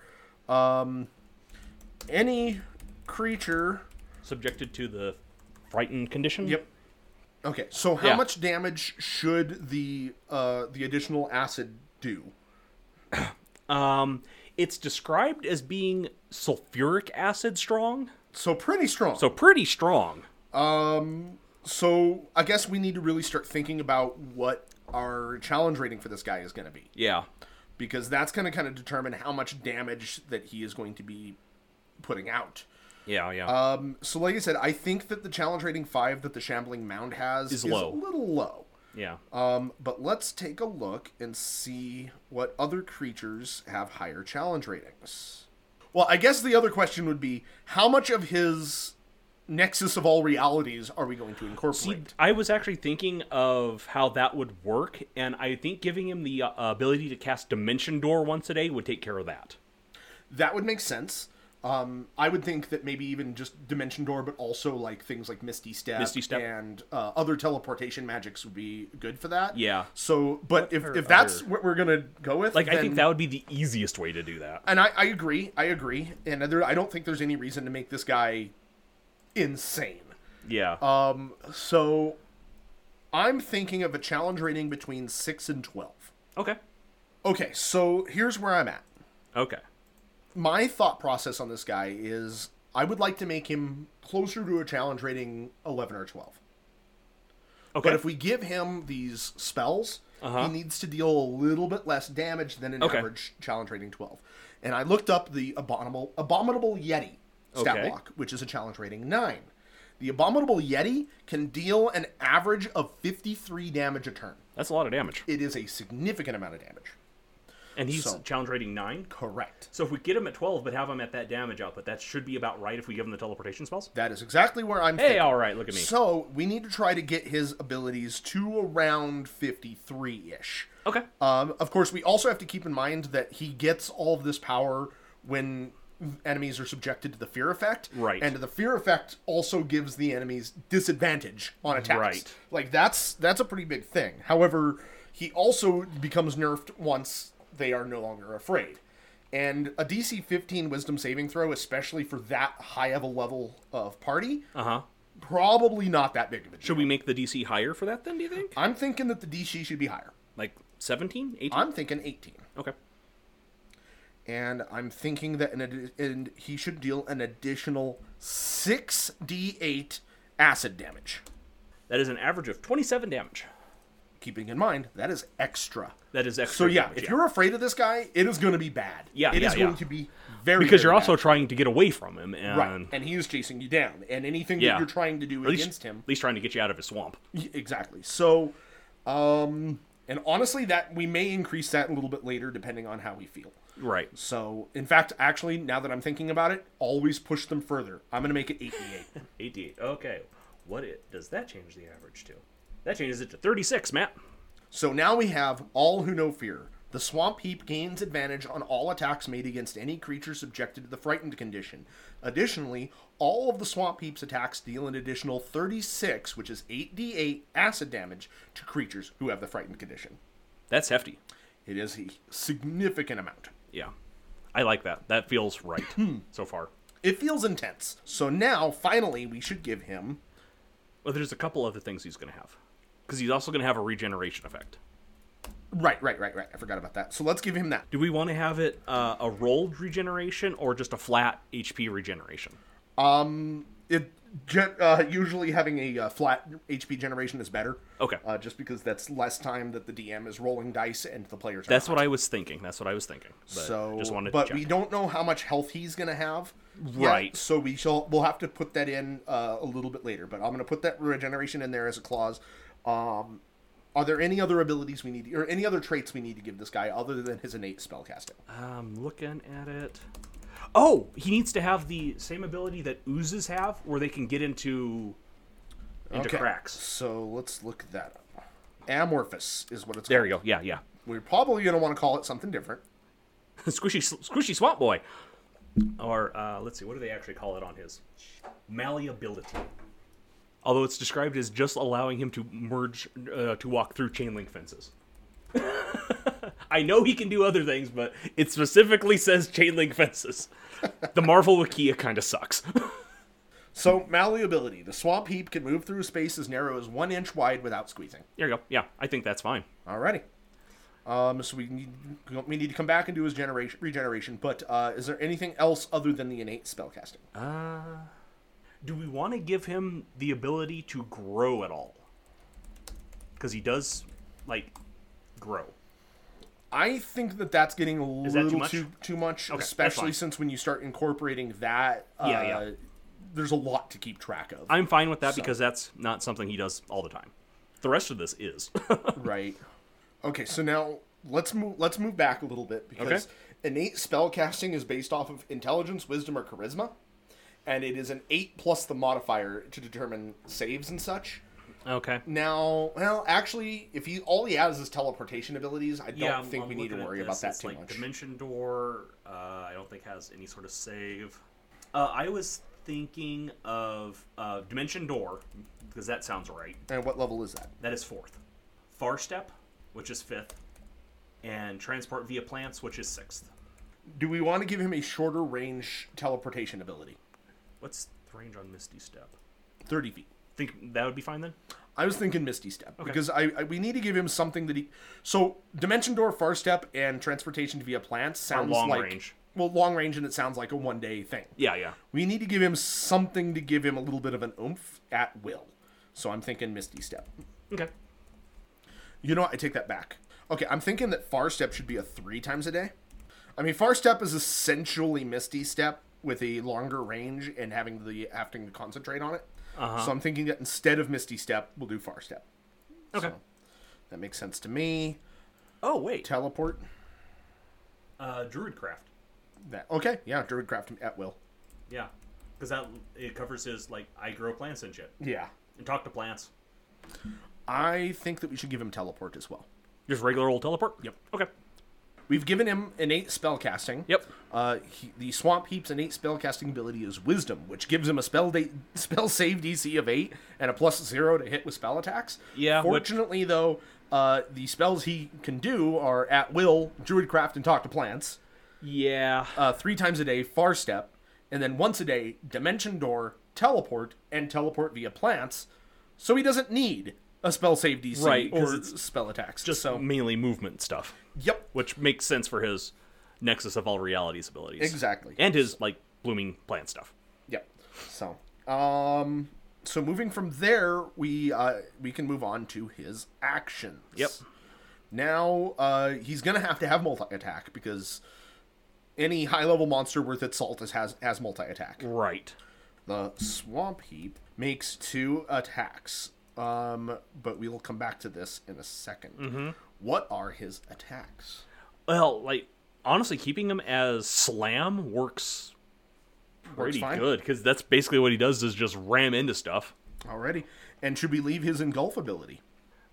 [SPEAKER 4] um, any creature
[SPEAKER 3] Subjected to the frightened condition.
[SPEAKER 4] Yep. Okay, so how
[SPEAKER 3] Yeah.
[SPEAKER 4] much damage should the uh, the additional acid do?
[SPEAKER 3] Um, it's described as being sulfuric acid strong,
[SPEAKER 4] So pretty strong.
[SPEAKER 3] so pretty strong.
[SPEAKER 4] so I guess we need to really start thinking about what our challenge rating for this guy is going to be
[SPEAKER 3] Yeah.
[SPEAKER 4] because that's going to kind of determine how much damage that he is going to be putting out.
[SPEAKER 3] Yeah. Yeah.
[SPEAKER 4] Um, so like I said, I think that the challenge rating five that the shambling mound has
[SPEAKER 3] Is low.
[SPEAKER 4] a little low.
[SPEAKER 3] yeah.
[SPEAKER 4] Um, but let's take a look and see what other creatures have higher challenge ratings. Well, I guess the other question would be how much of his nexus of all realities are we going to incorporate?
[SPEAKER 3] See, I was actually thinking of how that would work, and I think giving him the uh, ability to cast Dimension Door once a day would take care of that.
[SPEAKER 4] that would make sense. Um, I would think that maybe even just Dimension Door, but also like things like Misty Step,
[SPEAKER 3] Misty Step.
[SPEAKER 4] and uh, other teleportation magics would be good for that.
[SPEAKER 3] Yeah.
[SPEAKER 4] So, but if,
[SPEAKER 3] are
[SPEAKER 4] if that's
[SPEAKER 3] other-
[SPEAKER 4] what we're gonna go with,
[SPEAKER 3] Like, I
[SPEAKER 4] then-
[SPEAKER 3] think that would be the easiest way to do that.
[SPEAKER 4] and I, I agree, I agree, and there, I don't think there's any reason to make this guy insane.
[SPEAKER 3] Yeah.
[SPEAKER 4] Um, so I'm thinking of a challenge rating between six and twelve.
[SPEAKER 3] okay.
[SPEAKER 4] Okay, so here's where I'm at.
[SPEAKER 3] Okay.
[SPEAKER 4] My thought process on this guy is I would like to make him closer to a challenge rating eleven or twelve.
[SPEAKER 3] Okay. Uh-huh.
[SPEAKER 4] But if we give him these spells, he needs to deal a little bit less damage than an
[SPEAKER 3] Okay.
[SPEAKER 4] average challenge rating 12. And I looked up the abominable abominable yeti stat
[SPEAKER 3] Okay.
[SPEAKER 4] block, which is a challenge rating 9. The abominable yeti can deal an average of 53 damage a turn.
[SPEAKER 3] That's a lot of damage.
[SPEAKER 4] It is a significant amount of damage.
[SPEAKER 3] And he's
[SPEAKER 4] so-
[SPEAKER 3] challenge rating 9.
[SPEAKER 4] Correct.
[SPEAKER 3] So if we get him at 12 but have him at that damage output, that should be about right if we give him the teleportation spells.
[SPEAKER 4] That is exactly where I'm
[SPEAKER 3] Hey,
[SPEAKER 4] thinking.
[SPEAKER 3] all right, look at me.
[SPEAKER 4] So, we need to try to get his abilities to around 53-ish.
[SPEAKER 3] okay.
[SPEAKER 4] Um, of course, we also have to keep in mind that he gets all of this power when enemies are subjected to the fear effect.
[SPEAKER 3] Right.
[SPEAKER 4] And the fear effect also gives the enemies disadvantage on attacks.
[SPEAKER 3] Right.
[SPEAKER 4] Like that's that's a pretty big thing. However, he also becomes nerfed once they are no longer afraid. And a DC 15 wisdom saving throw, especially for that high of a level of party,
[SPEAKER 3] Uh-huh.
[SPEAKER 4] probably not that big of a deal.
[SPEAKER 3] Should we make the DC higher for that then, do you think?
[SPEAKER 4] I'm thinking that the DC should be higher.
[SPEAKER 3] Like 17, 18?
[SPEAKER 4] I'm thinking 18.
[SPEAKER 3] okay.
[SPEAKER 4] and I'm thinking that an addi- and he should deal an additional six d8 acid damage.
[SPEAKER 3] That is an average of 27 damage.
[SPEAKER 4] keeping in mind that is extra.
[SPEAKER 3] That is extra.
[SPEAKER 4] So yeah,
[SPEAKER 3] damage,
[SPEAKER 4] if you're afraid of this guy, it is going to be bad.
[SPEAKER 3] Yeah,
[SPEAKER 4] it
[SPEAKER 3] yeah,
[SPEAKER 4] is
[SPEAKER 3] yeah.
[SPEAKER 4] going to be very
[SPEAKER 3] because you're
[SPEAKER 4] very
[SPEAKER 3] also
[SPEAKER 4] bad.
[SPEAKER 3] trying to get away from him, and
[SPEAKER 4] right, and he is chasing you down, and anything
[SPEAKER 3] Yeah.
[SPEAKER 4] that you're trying to do
[SPEAKER 3] at least,
[SPEAKER 4] against him,
[SPEAKER 3] at least trying to get you out of his swamp.
[SPEAKER 4] Y- exactly. So, um, and honestly, that we may increase that a little bit later depending on how we feel.
[SPEAKER 3] Right.
[SPEAKER 4] So, in fact, actually, now that I'm thinking about it, always push them further. I'm gonna make it 88.
[SPEAKER 3] 88. Okay. What it, does that change the average to? That changes it to 36, Matt.
[SPEAKER 4] so now we have all who know fear. The swamp heap gains advantage on all attacks made against any creature subjected to the frightened condition. Additionally, all of the swamp heap's attacks deal an additional 36, which is 8d8 acid damage to creatures who have the frightened condition.
[SPEAKER 3] That's hefty.
[SPEAKER 4] It is a significant amount.
[SPEAKER 3] Yeah. I like that. That feels right
[SPEAKER 4] Hmm.
[SPEAKER 3] so far.
[SPEAKER 4] It feels intense. So now, finally, we should give him.
[SPEAKER 3] Well, there's a couple other things he's going to have. Because he's also going to have a regeneration effect.
[SPEAKER 4] Right, right, right, right. I forgot about that. So let's give him that.
[SPEAKER 3] Do we want to have it uh, a rolled regeneration or just a flat HP regeneration?
[SPEAKER 4] It gen- uh, usually having a uh, flat HP generation is better.
[SPEAKER 3] Okay.
[SPEAKER 4] Uh, just because that's less time that the DM is rolling dice and the players. Are
[SPEAKER 3] That's
[SPEAKER 4] not.
[SPEAKER 3] what I was thinking. That's what I was thinking. But
[SPEAKER 4] so.
[SPEAKER 3] just wanted
[SPEAKER 4] but
[SPEAKER 3] to check.
[SPEAKER 4] we don't know how much health he's gonna have. yet,
[SPEAKER 3] Right.
[SPEAKER 4] so we shall. We'll have to put that in uh, a little bit later. But I'm gonna put that regeneration in there as a clause. Um, are there any other abilities we need, or any other traits we need to give this guy other than his innate spellcasting?
[SPEAKER 3] I'm looking at it. Oh, he needs to have the same ability that oozes have, where they can get into into cracks.
[SPEAKER 4] So let's look that up. Amorphous is what it's
[SPEAKER 3] There
[SPEAKER 4] called.
[SPEAKER 3] you go. Yeah, yeah.
[SPEAKER 4] We're probably going to want to call it something different.
[SPEAKER 3] squishy, squishy swamp boy. Or uh, let's see, what do they actually call it on his malleability? Although it's described as just allowing him to merge uh, to walk through chain link fences. I know he can do other things, but it specifically says chain link fences. The Marvel Wikia kind of sucks.
[SPEAKER 4] So, malleability. The swamp heap can move through a space as narrow as one inch wide without squeezing.
[SPEAKER 3] there you go. Yeah, I think that's fine.
[SPEAKER 4] Alrighty. Um, so we need we need to come back and do his generation regeneration. But uh, is there anything else other than the innate spellcasting?
[SPEAKER 3] Do we want to give him the ability to grow at all? Because he does, like, grow.
[SPEAKER 4] I think that that's getting a
[SPEAKER 3] that too
[SPEAKER 4] little
[SPEAKER 3] much?
[SPEAKER 4] too too much,
[SPEAKER 3] that's
[SPEAKER 4] especially
[SPEAKER 3] fine.
[SPEAKER 4] since when you start incorporating that. Uh,
[SPEAKER 3] Yeah, yeah.
[SPEAKER 4] There's a lot to keep track of.
[SPEAKER 3] I'm fine with that because that's not something he does all the time. The rest of this is.
[SPEAKER 4] Right. Okay, so now let's move let's move back a little bit because innate spell casting is based off of intelligence, wisdom, or charisma. And it is an eight plus the modifier to determine saves and such.
[SPEAKER 3] okay.
[SPEAKER 4] Now, well, actually, if he all he has is teleportation abilities, I don't think we need to worry about that
[SPEAKER 3] it's
[SPEAKER 4] too
[SPEAKER 3] like
[SPEAKER 4] much.
[SPEAKER 3] Dimension Door. Uh, I don't think has any sort of save. Uh, I was thinking of uh, Dimension Door because that sounds right.
[SPEAKER 4] and what level is that?
[SPEAKER 3] That is fourth. Far Step, which is fifth, and Transport via Plants, which is sixth.
[SPEAKER 4] Do we want to give him a shorter range teleportation ability?
[SPEAKER 3] What's the range on Misty Step?
[SPEAKER 4] Thirty feet.
[SPEAKER 3] Think that would be fine then?
[SPEAKER 4] I was thinking Misty Step because I, I we need to give him something that he so Dimension Door, Far Step, and Transportation via Plants sounds
[SPEAKER 3] long
[SPEAKER 4] like
[SPEAKER 3] range.
[SPEAKER 4] well long range and it sounds like a one day thing.
[SPEAKER 3] Yeah, yeah.
[SPEAKER 4] We need to give him something to give him a little bit of an oomph at will. So I'm thinking Misty Step.
[SPEAKER 3] Okay.
[SPEAKER 4] You know what? I take that back. Okay, I'm thinking that Far Step should be a three times a day. I mean, Far Step is essentially Misty Step with a longer range and having the having to concentrate on it.
[SPEAKER 3] Uh-huh.
[SPEAKER 4] So I'm thinking that instead of Misty Step, we'll do Far Step.
[SPEAKER 3] Okay.
[SPEAKER 4] That makes sense to me.
[SPEAKER 3] oh wait.
[SPEAKER 4] Teleport.
[SPEAKER 3] Uh, Druidcraft.
[SPEAKER 4] That okay? Yeah, druidcraft him at will.
[SPEAKER 3] Yeah, because that it covers his like I grow plants and shit
[SPEAKER 4] Yeah.
[SPEAKER 3] and talk to plants.
[SPEAKER 4] I think that we should give him teleport as well.
[SPEAKER 3] Just regular old teleport. Yep. Okay.
[SPEAKER 4] We've given him innate spellcasting.
[SPEAKER 3] Yep.
[SPEAKER 4] Uh, he, the swamp heap's innate spellcasting ability is wisdom, which gives him a spell da- spell save DC of eight and a plus zero to hit with spell attacks.
[SPEAKER 3] Yeah, which-
[SPEAKER 4] Fortunately, though, uh, the spells he can do are at will, druidcraft, and talk to plants.
[SPEAKER 3] Yeah.
[SPEAKER 4] Uh, three times a day, far step, and then once a day, dimension door, teleport, and teleport via plants. So he doesn't need a spell save DC
[SPEAKER 3] Right, 'cause
[SPEAKER 4] or
[SPEAKER 3] it's
[SPEAKER 4] spell attacks.
[SPEAKER 3] Just
[SPEAKER 4] so
[SPEAKER 3] mainly movement stuff,
[SPEAKER 4] yep,
[SPEAKER 3] which makes sense for his Nexus of All Realities abilities.
[SPEAKER 4] Exactly.
[SPEAKER 3] And his like blooming plant stuff.
[SPEAKER 4] Yep. So, um, so moving from there, we uh, we can move on to his actions.
[SPEAKER 3] Yep.
[SPEAKER 4] Now uh, he's gonna have to have multi attack because any high level monster worth its salt is, has has multi attack.
[SPEAKER 3] Right.
[SPEAKER 4] The swamp heap makes two attacks, um, but we will come back to this in a 2nd
[SPEAKER 3] Mm-hmm.
[SPEAKER 4] What are his attacks?
[SPEAKER 3] Well, like honestly, keeping him as slam works pretty
[SPEAKER 4] fine.
[SPEAKER 3] good because that's basically what he does is just ram into stuff.
[SPEAKER 4] Already, and should we leave his engulf ability?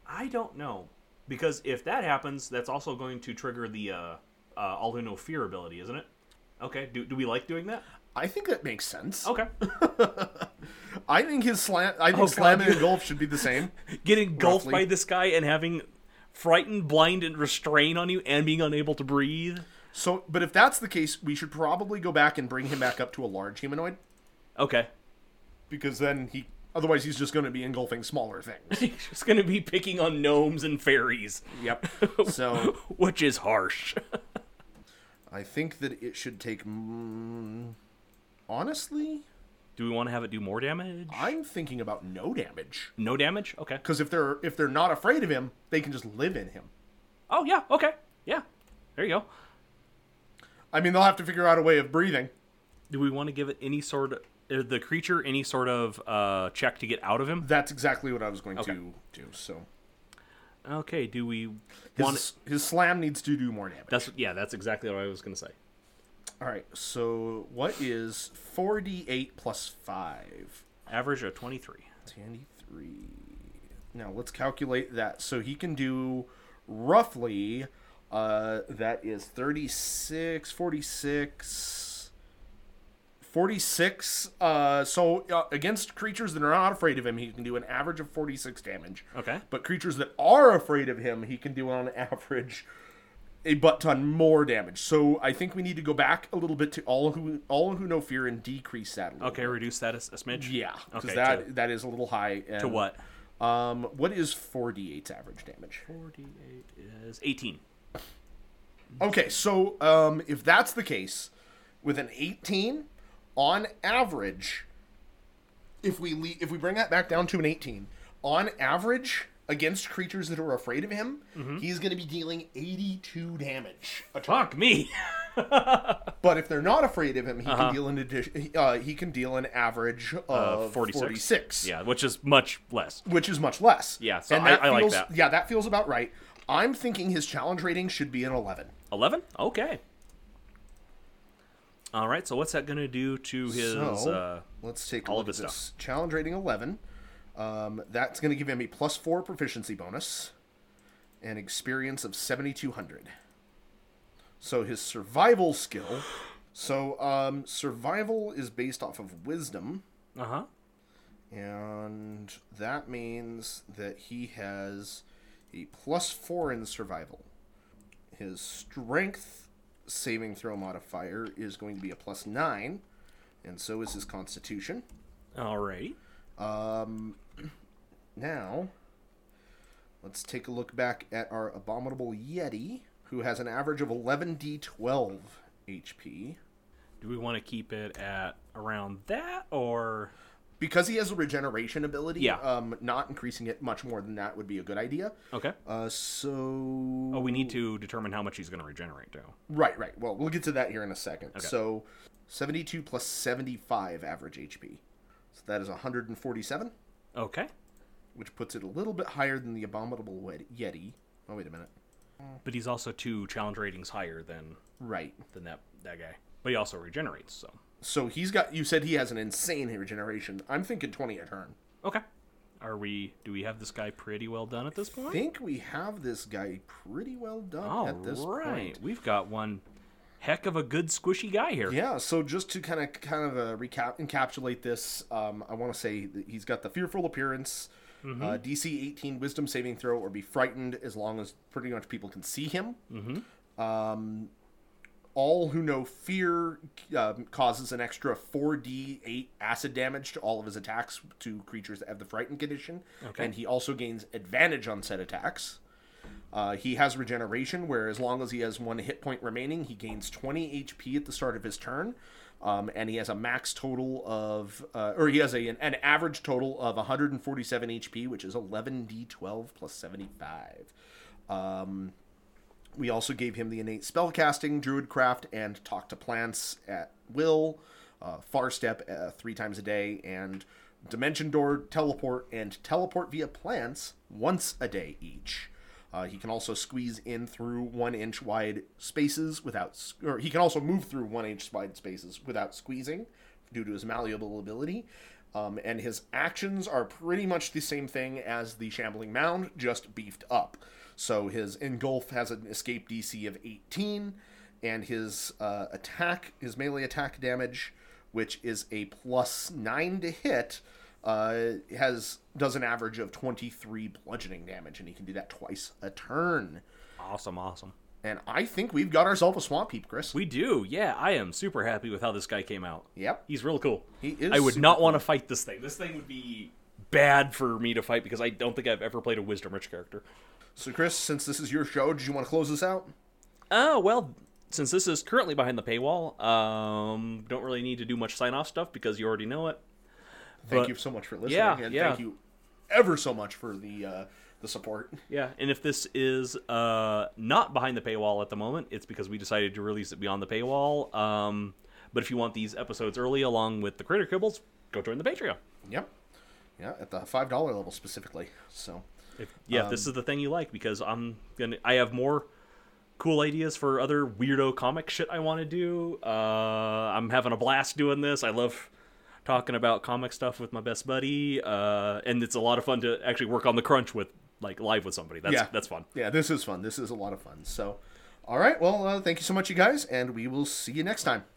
[SPEAKER 3] I don't know because if that happens, that's also going to trigger the uh, uh, all who know fear ability, isn't it? Okay. Do, do we like doing that?
[SPEAKER 4] I think that makes sense.
[SPEAKER 3] Okay.
[SPEAKER 4] I think his slam. I think
[SPEAKER 3] Oh,
[SPEAKER 4] slam
[SPEAKER 3] God.
[SPEAKER 4] and engulf should be the same.
[SPEAKER 3] Get engulfed by
[SPEAKER 4] Roughly.
[SPEAKER 3] this guy and having frightened, blind, and restrain on you, and being unable to breathe.
[SPEAKER 4] So, but if that's the case, we should probably go back and bring him back up to a large humanoid
[SPEAKER 3] Okay.
[SPEAKER 4] because then he. Otherwise, he's just going to be engulfing smaller things.
[SPEAKER 3] He's just gonna be picking on gnomes and fairies,
[SPEAKER 4] yep. So
[SPEAKER 3] which is harsh.
[SPEAKER 4] I think that it should take. Mm, honestly,
[SPEAKER 3] Do we want to have it do more damage?
[SPEAKER 4] I'm thinking about no damage
[SPEAKER 3] No damage? Okay.
[SPEAKER 4] because if they're if they're not afraid of him, they can just live in him.
[SPEAKER 3] Oh yeah, okay. Yeah. There you go.
[SPEAKER 4] I mean, they'll have to figure out a way of breathing.
[SPEAKER 3] Do we want to give it any sort of uh, the creature any sort of uh, check to get out of him?
[SPEAKER 4] That's exactly what I was going
[SPEAKER 3] Okay.
[SPEAKER 4] to do. So
[SPEAKER 3] Okay, do we want
[SPEAKER 4] his, his slam needs to do more damage.
[SPEAKER 3] That's yeah, that's exactly what I was going to say.
[SPEAKER 4] All right. So what is 4d8 plus five?
[SPEAKER 3] Average of 23.
[SPEAKER 4] 93. Now let's calculate that. So he can do roughly uh that is 36 46 46 uh so uh, against creatures that are not afraid of him he can do an average of 46 damage.
[SPEAKER 3] Okay.
[SPEAKER 4] But creatures that are afraid of him he can do on average a butt ton more damage. So I think we need to go back a little bit to all who all who know fear and decrease that a little
[SPEAKER 3] Okay, reduce that a, s- a smidge.
[SPEAKER 4] yeah, because
[SPEAKER 3] Okay.
[SPEAKER 4] that
[SPEAKER 3] to,
[SPEAKER 4] that is a little high. And,
[SPEAKER 3] to what?
[SPEAKER 4] Um, what is 4d8's average damage?
[SPEAKER 3] 48 is 18.
[SPEAKER 4] Okay, so um, if that's the case, with an 18, on average, if we le- if we bring that back down to an 18, on average against creatures that are afraid of him, he's going to be dealing 82 damage. a turn.
[SPEAKER 3] Mm-hmm. Fuck me.
[SPEAKER 4] But if they're not afraid of him, he
[SPEAKER 3] Uh-huh.
[SPEAKER 4] can deal an addition. Uh, he can deal an average
[SPEAKER 3] Uh,
[SPEAKER 4] of
[SPEAKER 3] 46.
[SPEAKER 4] 46.
[SPEAKER 3] yeah, which is much less.
[SPEAKER 4] which is much less.
[SPEAKER 3] Yeah, so I- I like
[SPEAKER 4] feels,
[SPEAKER 3] that.
[SPEAKER 4] Yeah, that feels about right. I'm thinking his challenge rating should be an 11.
[SPEAKER 3] 11? Okay. All right, so what's that going to do to his
[SPEAKER 4] so
[SPEAKER 3] uh
[SPEAKER 4] let's take a
[SPEAKER 3] all
[SPEAKER 4] look
[SPEAKER 3] of his
[SPEAKER 4] at this.
[SPEAKER 3] stuff.
[SPEAKER 4] Challenge rating 11. Um, that's going to give him a plus four proficiency bonus, an experience of 7,200. So his survival skill. So um, survival is based off of wisdom,
[SPEAKER 3] uh-huh.
[SPEAKER 4] and that means that he has a plus four in survival. His strength saving throw modifier is going to be a plus nine, and so is his constitution.
[SPEAKER 3] All right.
[SPEAKER 4] Now, let's take a look back at our abominable Yeti, who has an average of 11d12 HP.
[SPEAKER 3] Do we want to keep it at around that or
[SPEAKER 4] Because he has a regeneration ability,
[SPEAKER 3] Yeah.
[SPEAKER 4] um, not increasing it much more than that would be a good idea.
[SPEAKER 3] okay?
[SPEAKER 4] Uh, so.
[SPEAKER 3] Oh, we need to determine how much he's going to regenerate too.
[SPEAKER 4] Right, right. Well, we'll get to that here in a second. So, 72 plus 75 average HP. So that is 147,
[SPEAKER 3] Okay.
[SPEAKER 4] which puts it a little bit higher than the abominable Wed- Yeti. Oh, wait a minute.
[SPEAKER 3] But he's also two challenge ratings higher than
[SPEAKER 4] Right.
[SPEAKER 3] than that that guy. But he also regenerates, so.
[SPEAKER 4] So he's got. You said he has an insane regeneration. I'm thinking 20 a turn.
[SPEAKER 3] Okay. Are we do we have this guy pretty well done at this
[SPEAKER 4] I
[SPEAKER 3] point?
[SPEAKER 4] think we have this guy pretty well done
[SPEAKER 3] All
[SPEAKER 4] at this
[SPEAKER 3] right.
[SPEAKER 4] point.
[SPEAKER 3] We've got one heck of a good squishy guy here.
[SPEAKER 4] Yeah, so just to kind of kind of uh, recap encapsulate this, um, I want to say that he's got the fearful appearance, uh, DC 18 Wisdom saving throw, or be frightened as long as pretty much people can see him. Um, all who know fear um, causes an extra 4d8 acid damage to all of his attacks to creatures that have the frightened condition, and he also gains advantage on said attacks. Uh, he has regeneration, where as long as he has one hit point remaining, he gains 20 HP at the start of his turn. Um, and he has a max total of, uh, or he has a, an, an average total of 147 HP, which is 11d12 plus 75. Um, we also gave him the innate spellcasting, druidcraft, and talk to plants at will, uh, far step uh, three times a day, and dimension door, teleport, and teleport via plants once a day each. Uh, he can also squeeze in through one inch wide spaces without, s- or he can also move through one inch wide spaces without squeezing due to his malleable ability. Um, and his actions are pretty much the same thing as the Shambling Mound, just beefed up. So his Engulf has an escape DC of 18, and his uh, attack, his melee attack damage, which is a plus 9 to hit, uh, has does an average of 23 bludgeoning damage, and he can do that twice a turn.
[SPEAKER 3] Awesome, awesome.
[SPEAKER 4] And I think we've got ourselves a Swamp Heap, Chris.
[SPEAKER 3] We do, yeah. I am super happy with how this guy came out.
[SPEAKER 4] Yep.
[SPEAKER 3] He's real cool.
[SPEAKER 4] He is
[SPEAKER 3] I would
[SPEAKER 4] super
[SPEAKER 3] not want to fight this thing. This thing would be bad for me to fight because I don't think I've ever played a wisdom rich character.
[SPEAKER 4] So, Chris, since this is your show, did you want to close this out?
[SPEAKER 3] Oh, well, since this is currently behind the paywall, um, don't really need to do much sign off stuff because you already know it.
[SPEAKER 4] thank
[SPEAKER 3] But-
[SPEAKER 4] you so much for listening
[SPEAKER 3] Yeah,
[SPEAKER 4] and
[SPEAKER 3] yeah.
[SPEAKER 4] thank you ever so much for the uh, the support
[SPEAKER 3] Yeah, and if this is uh, not behind the paywall at the moment, it's because we decided to release it beyond the paywall. Um, but if you want these episodes early along with the Critter Kibbles, go join the Patreon.
[SPEAKER 4] yep yeah at the five dollar level specifically so
[SPEAKER 3] If, yeah, if this is the thing you like, because I'm gonna, I have more cool ideas for other weirdo comic shit I want to do. Uh, I'm having a blast doing this. I love talking about comic stuff with my best buddy, uh, and it's a lot of fun to actually work on the crunch with, like, live with somebody. That's
[SPEAKER 4] yeah
[SPEAKER 3] that's fun.
[SPEAKER 4] yeah this is fun this is a lot of fun so all right well uh, thank you so much you guys and we will see you next time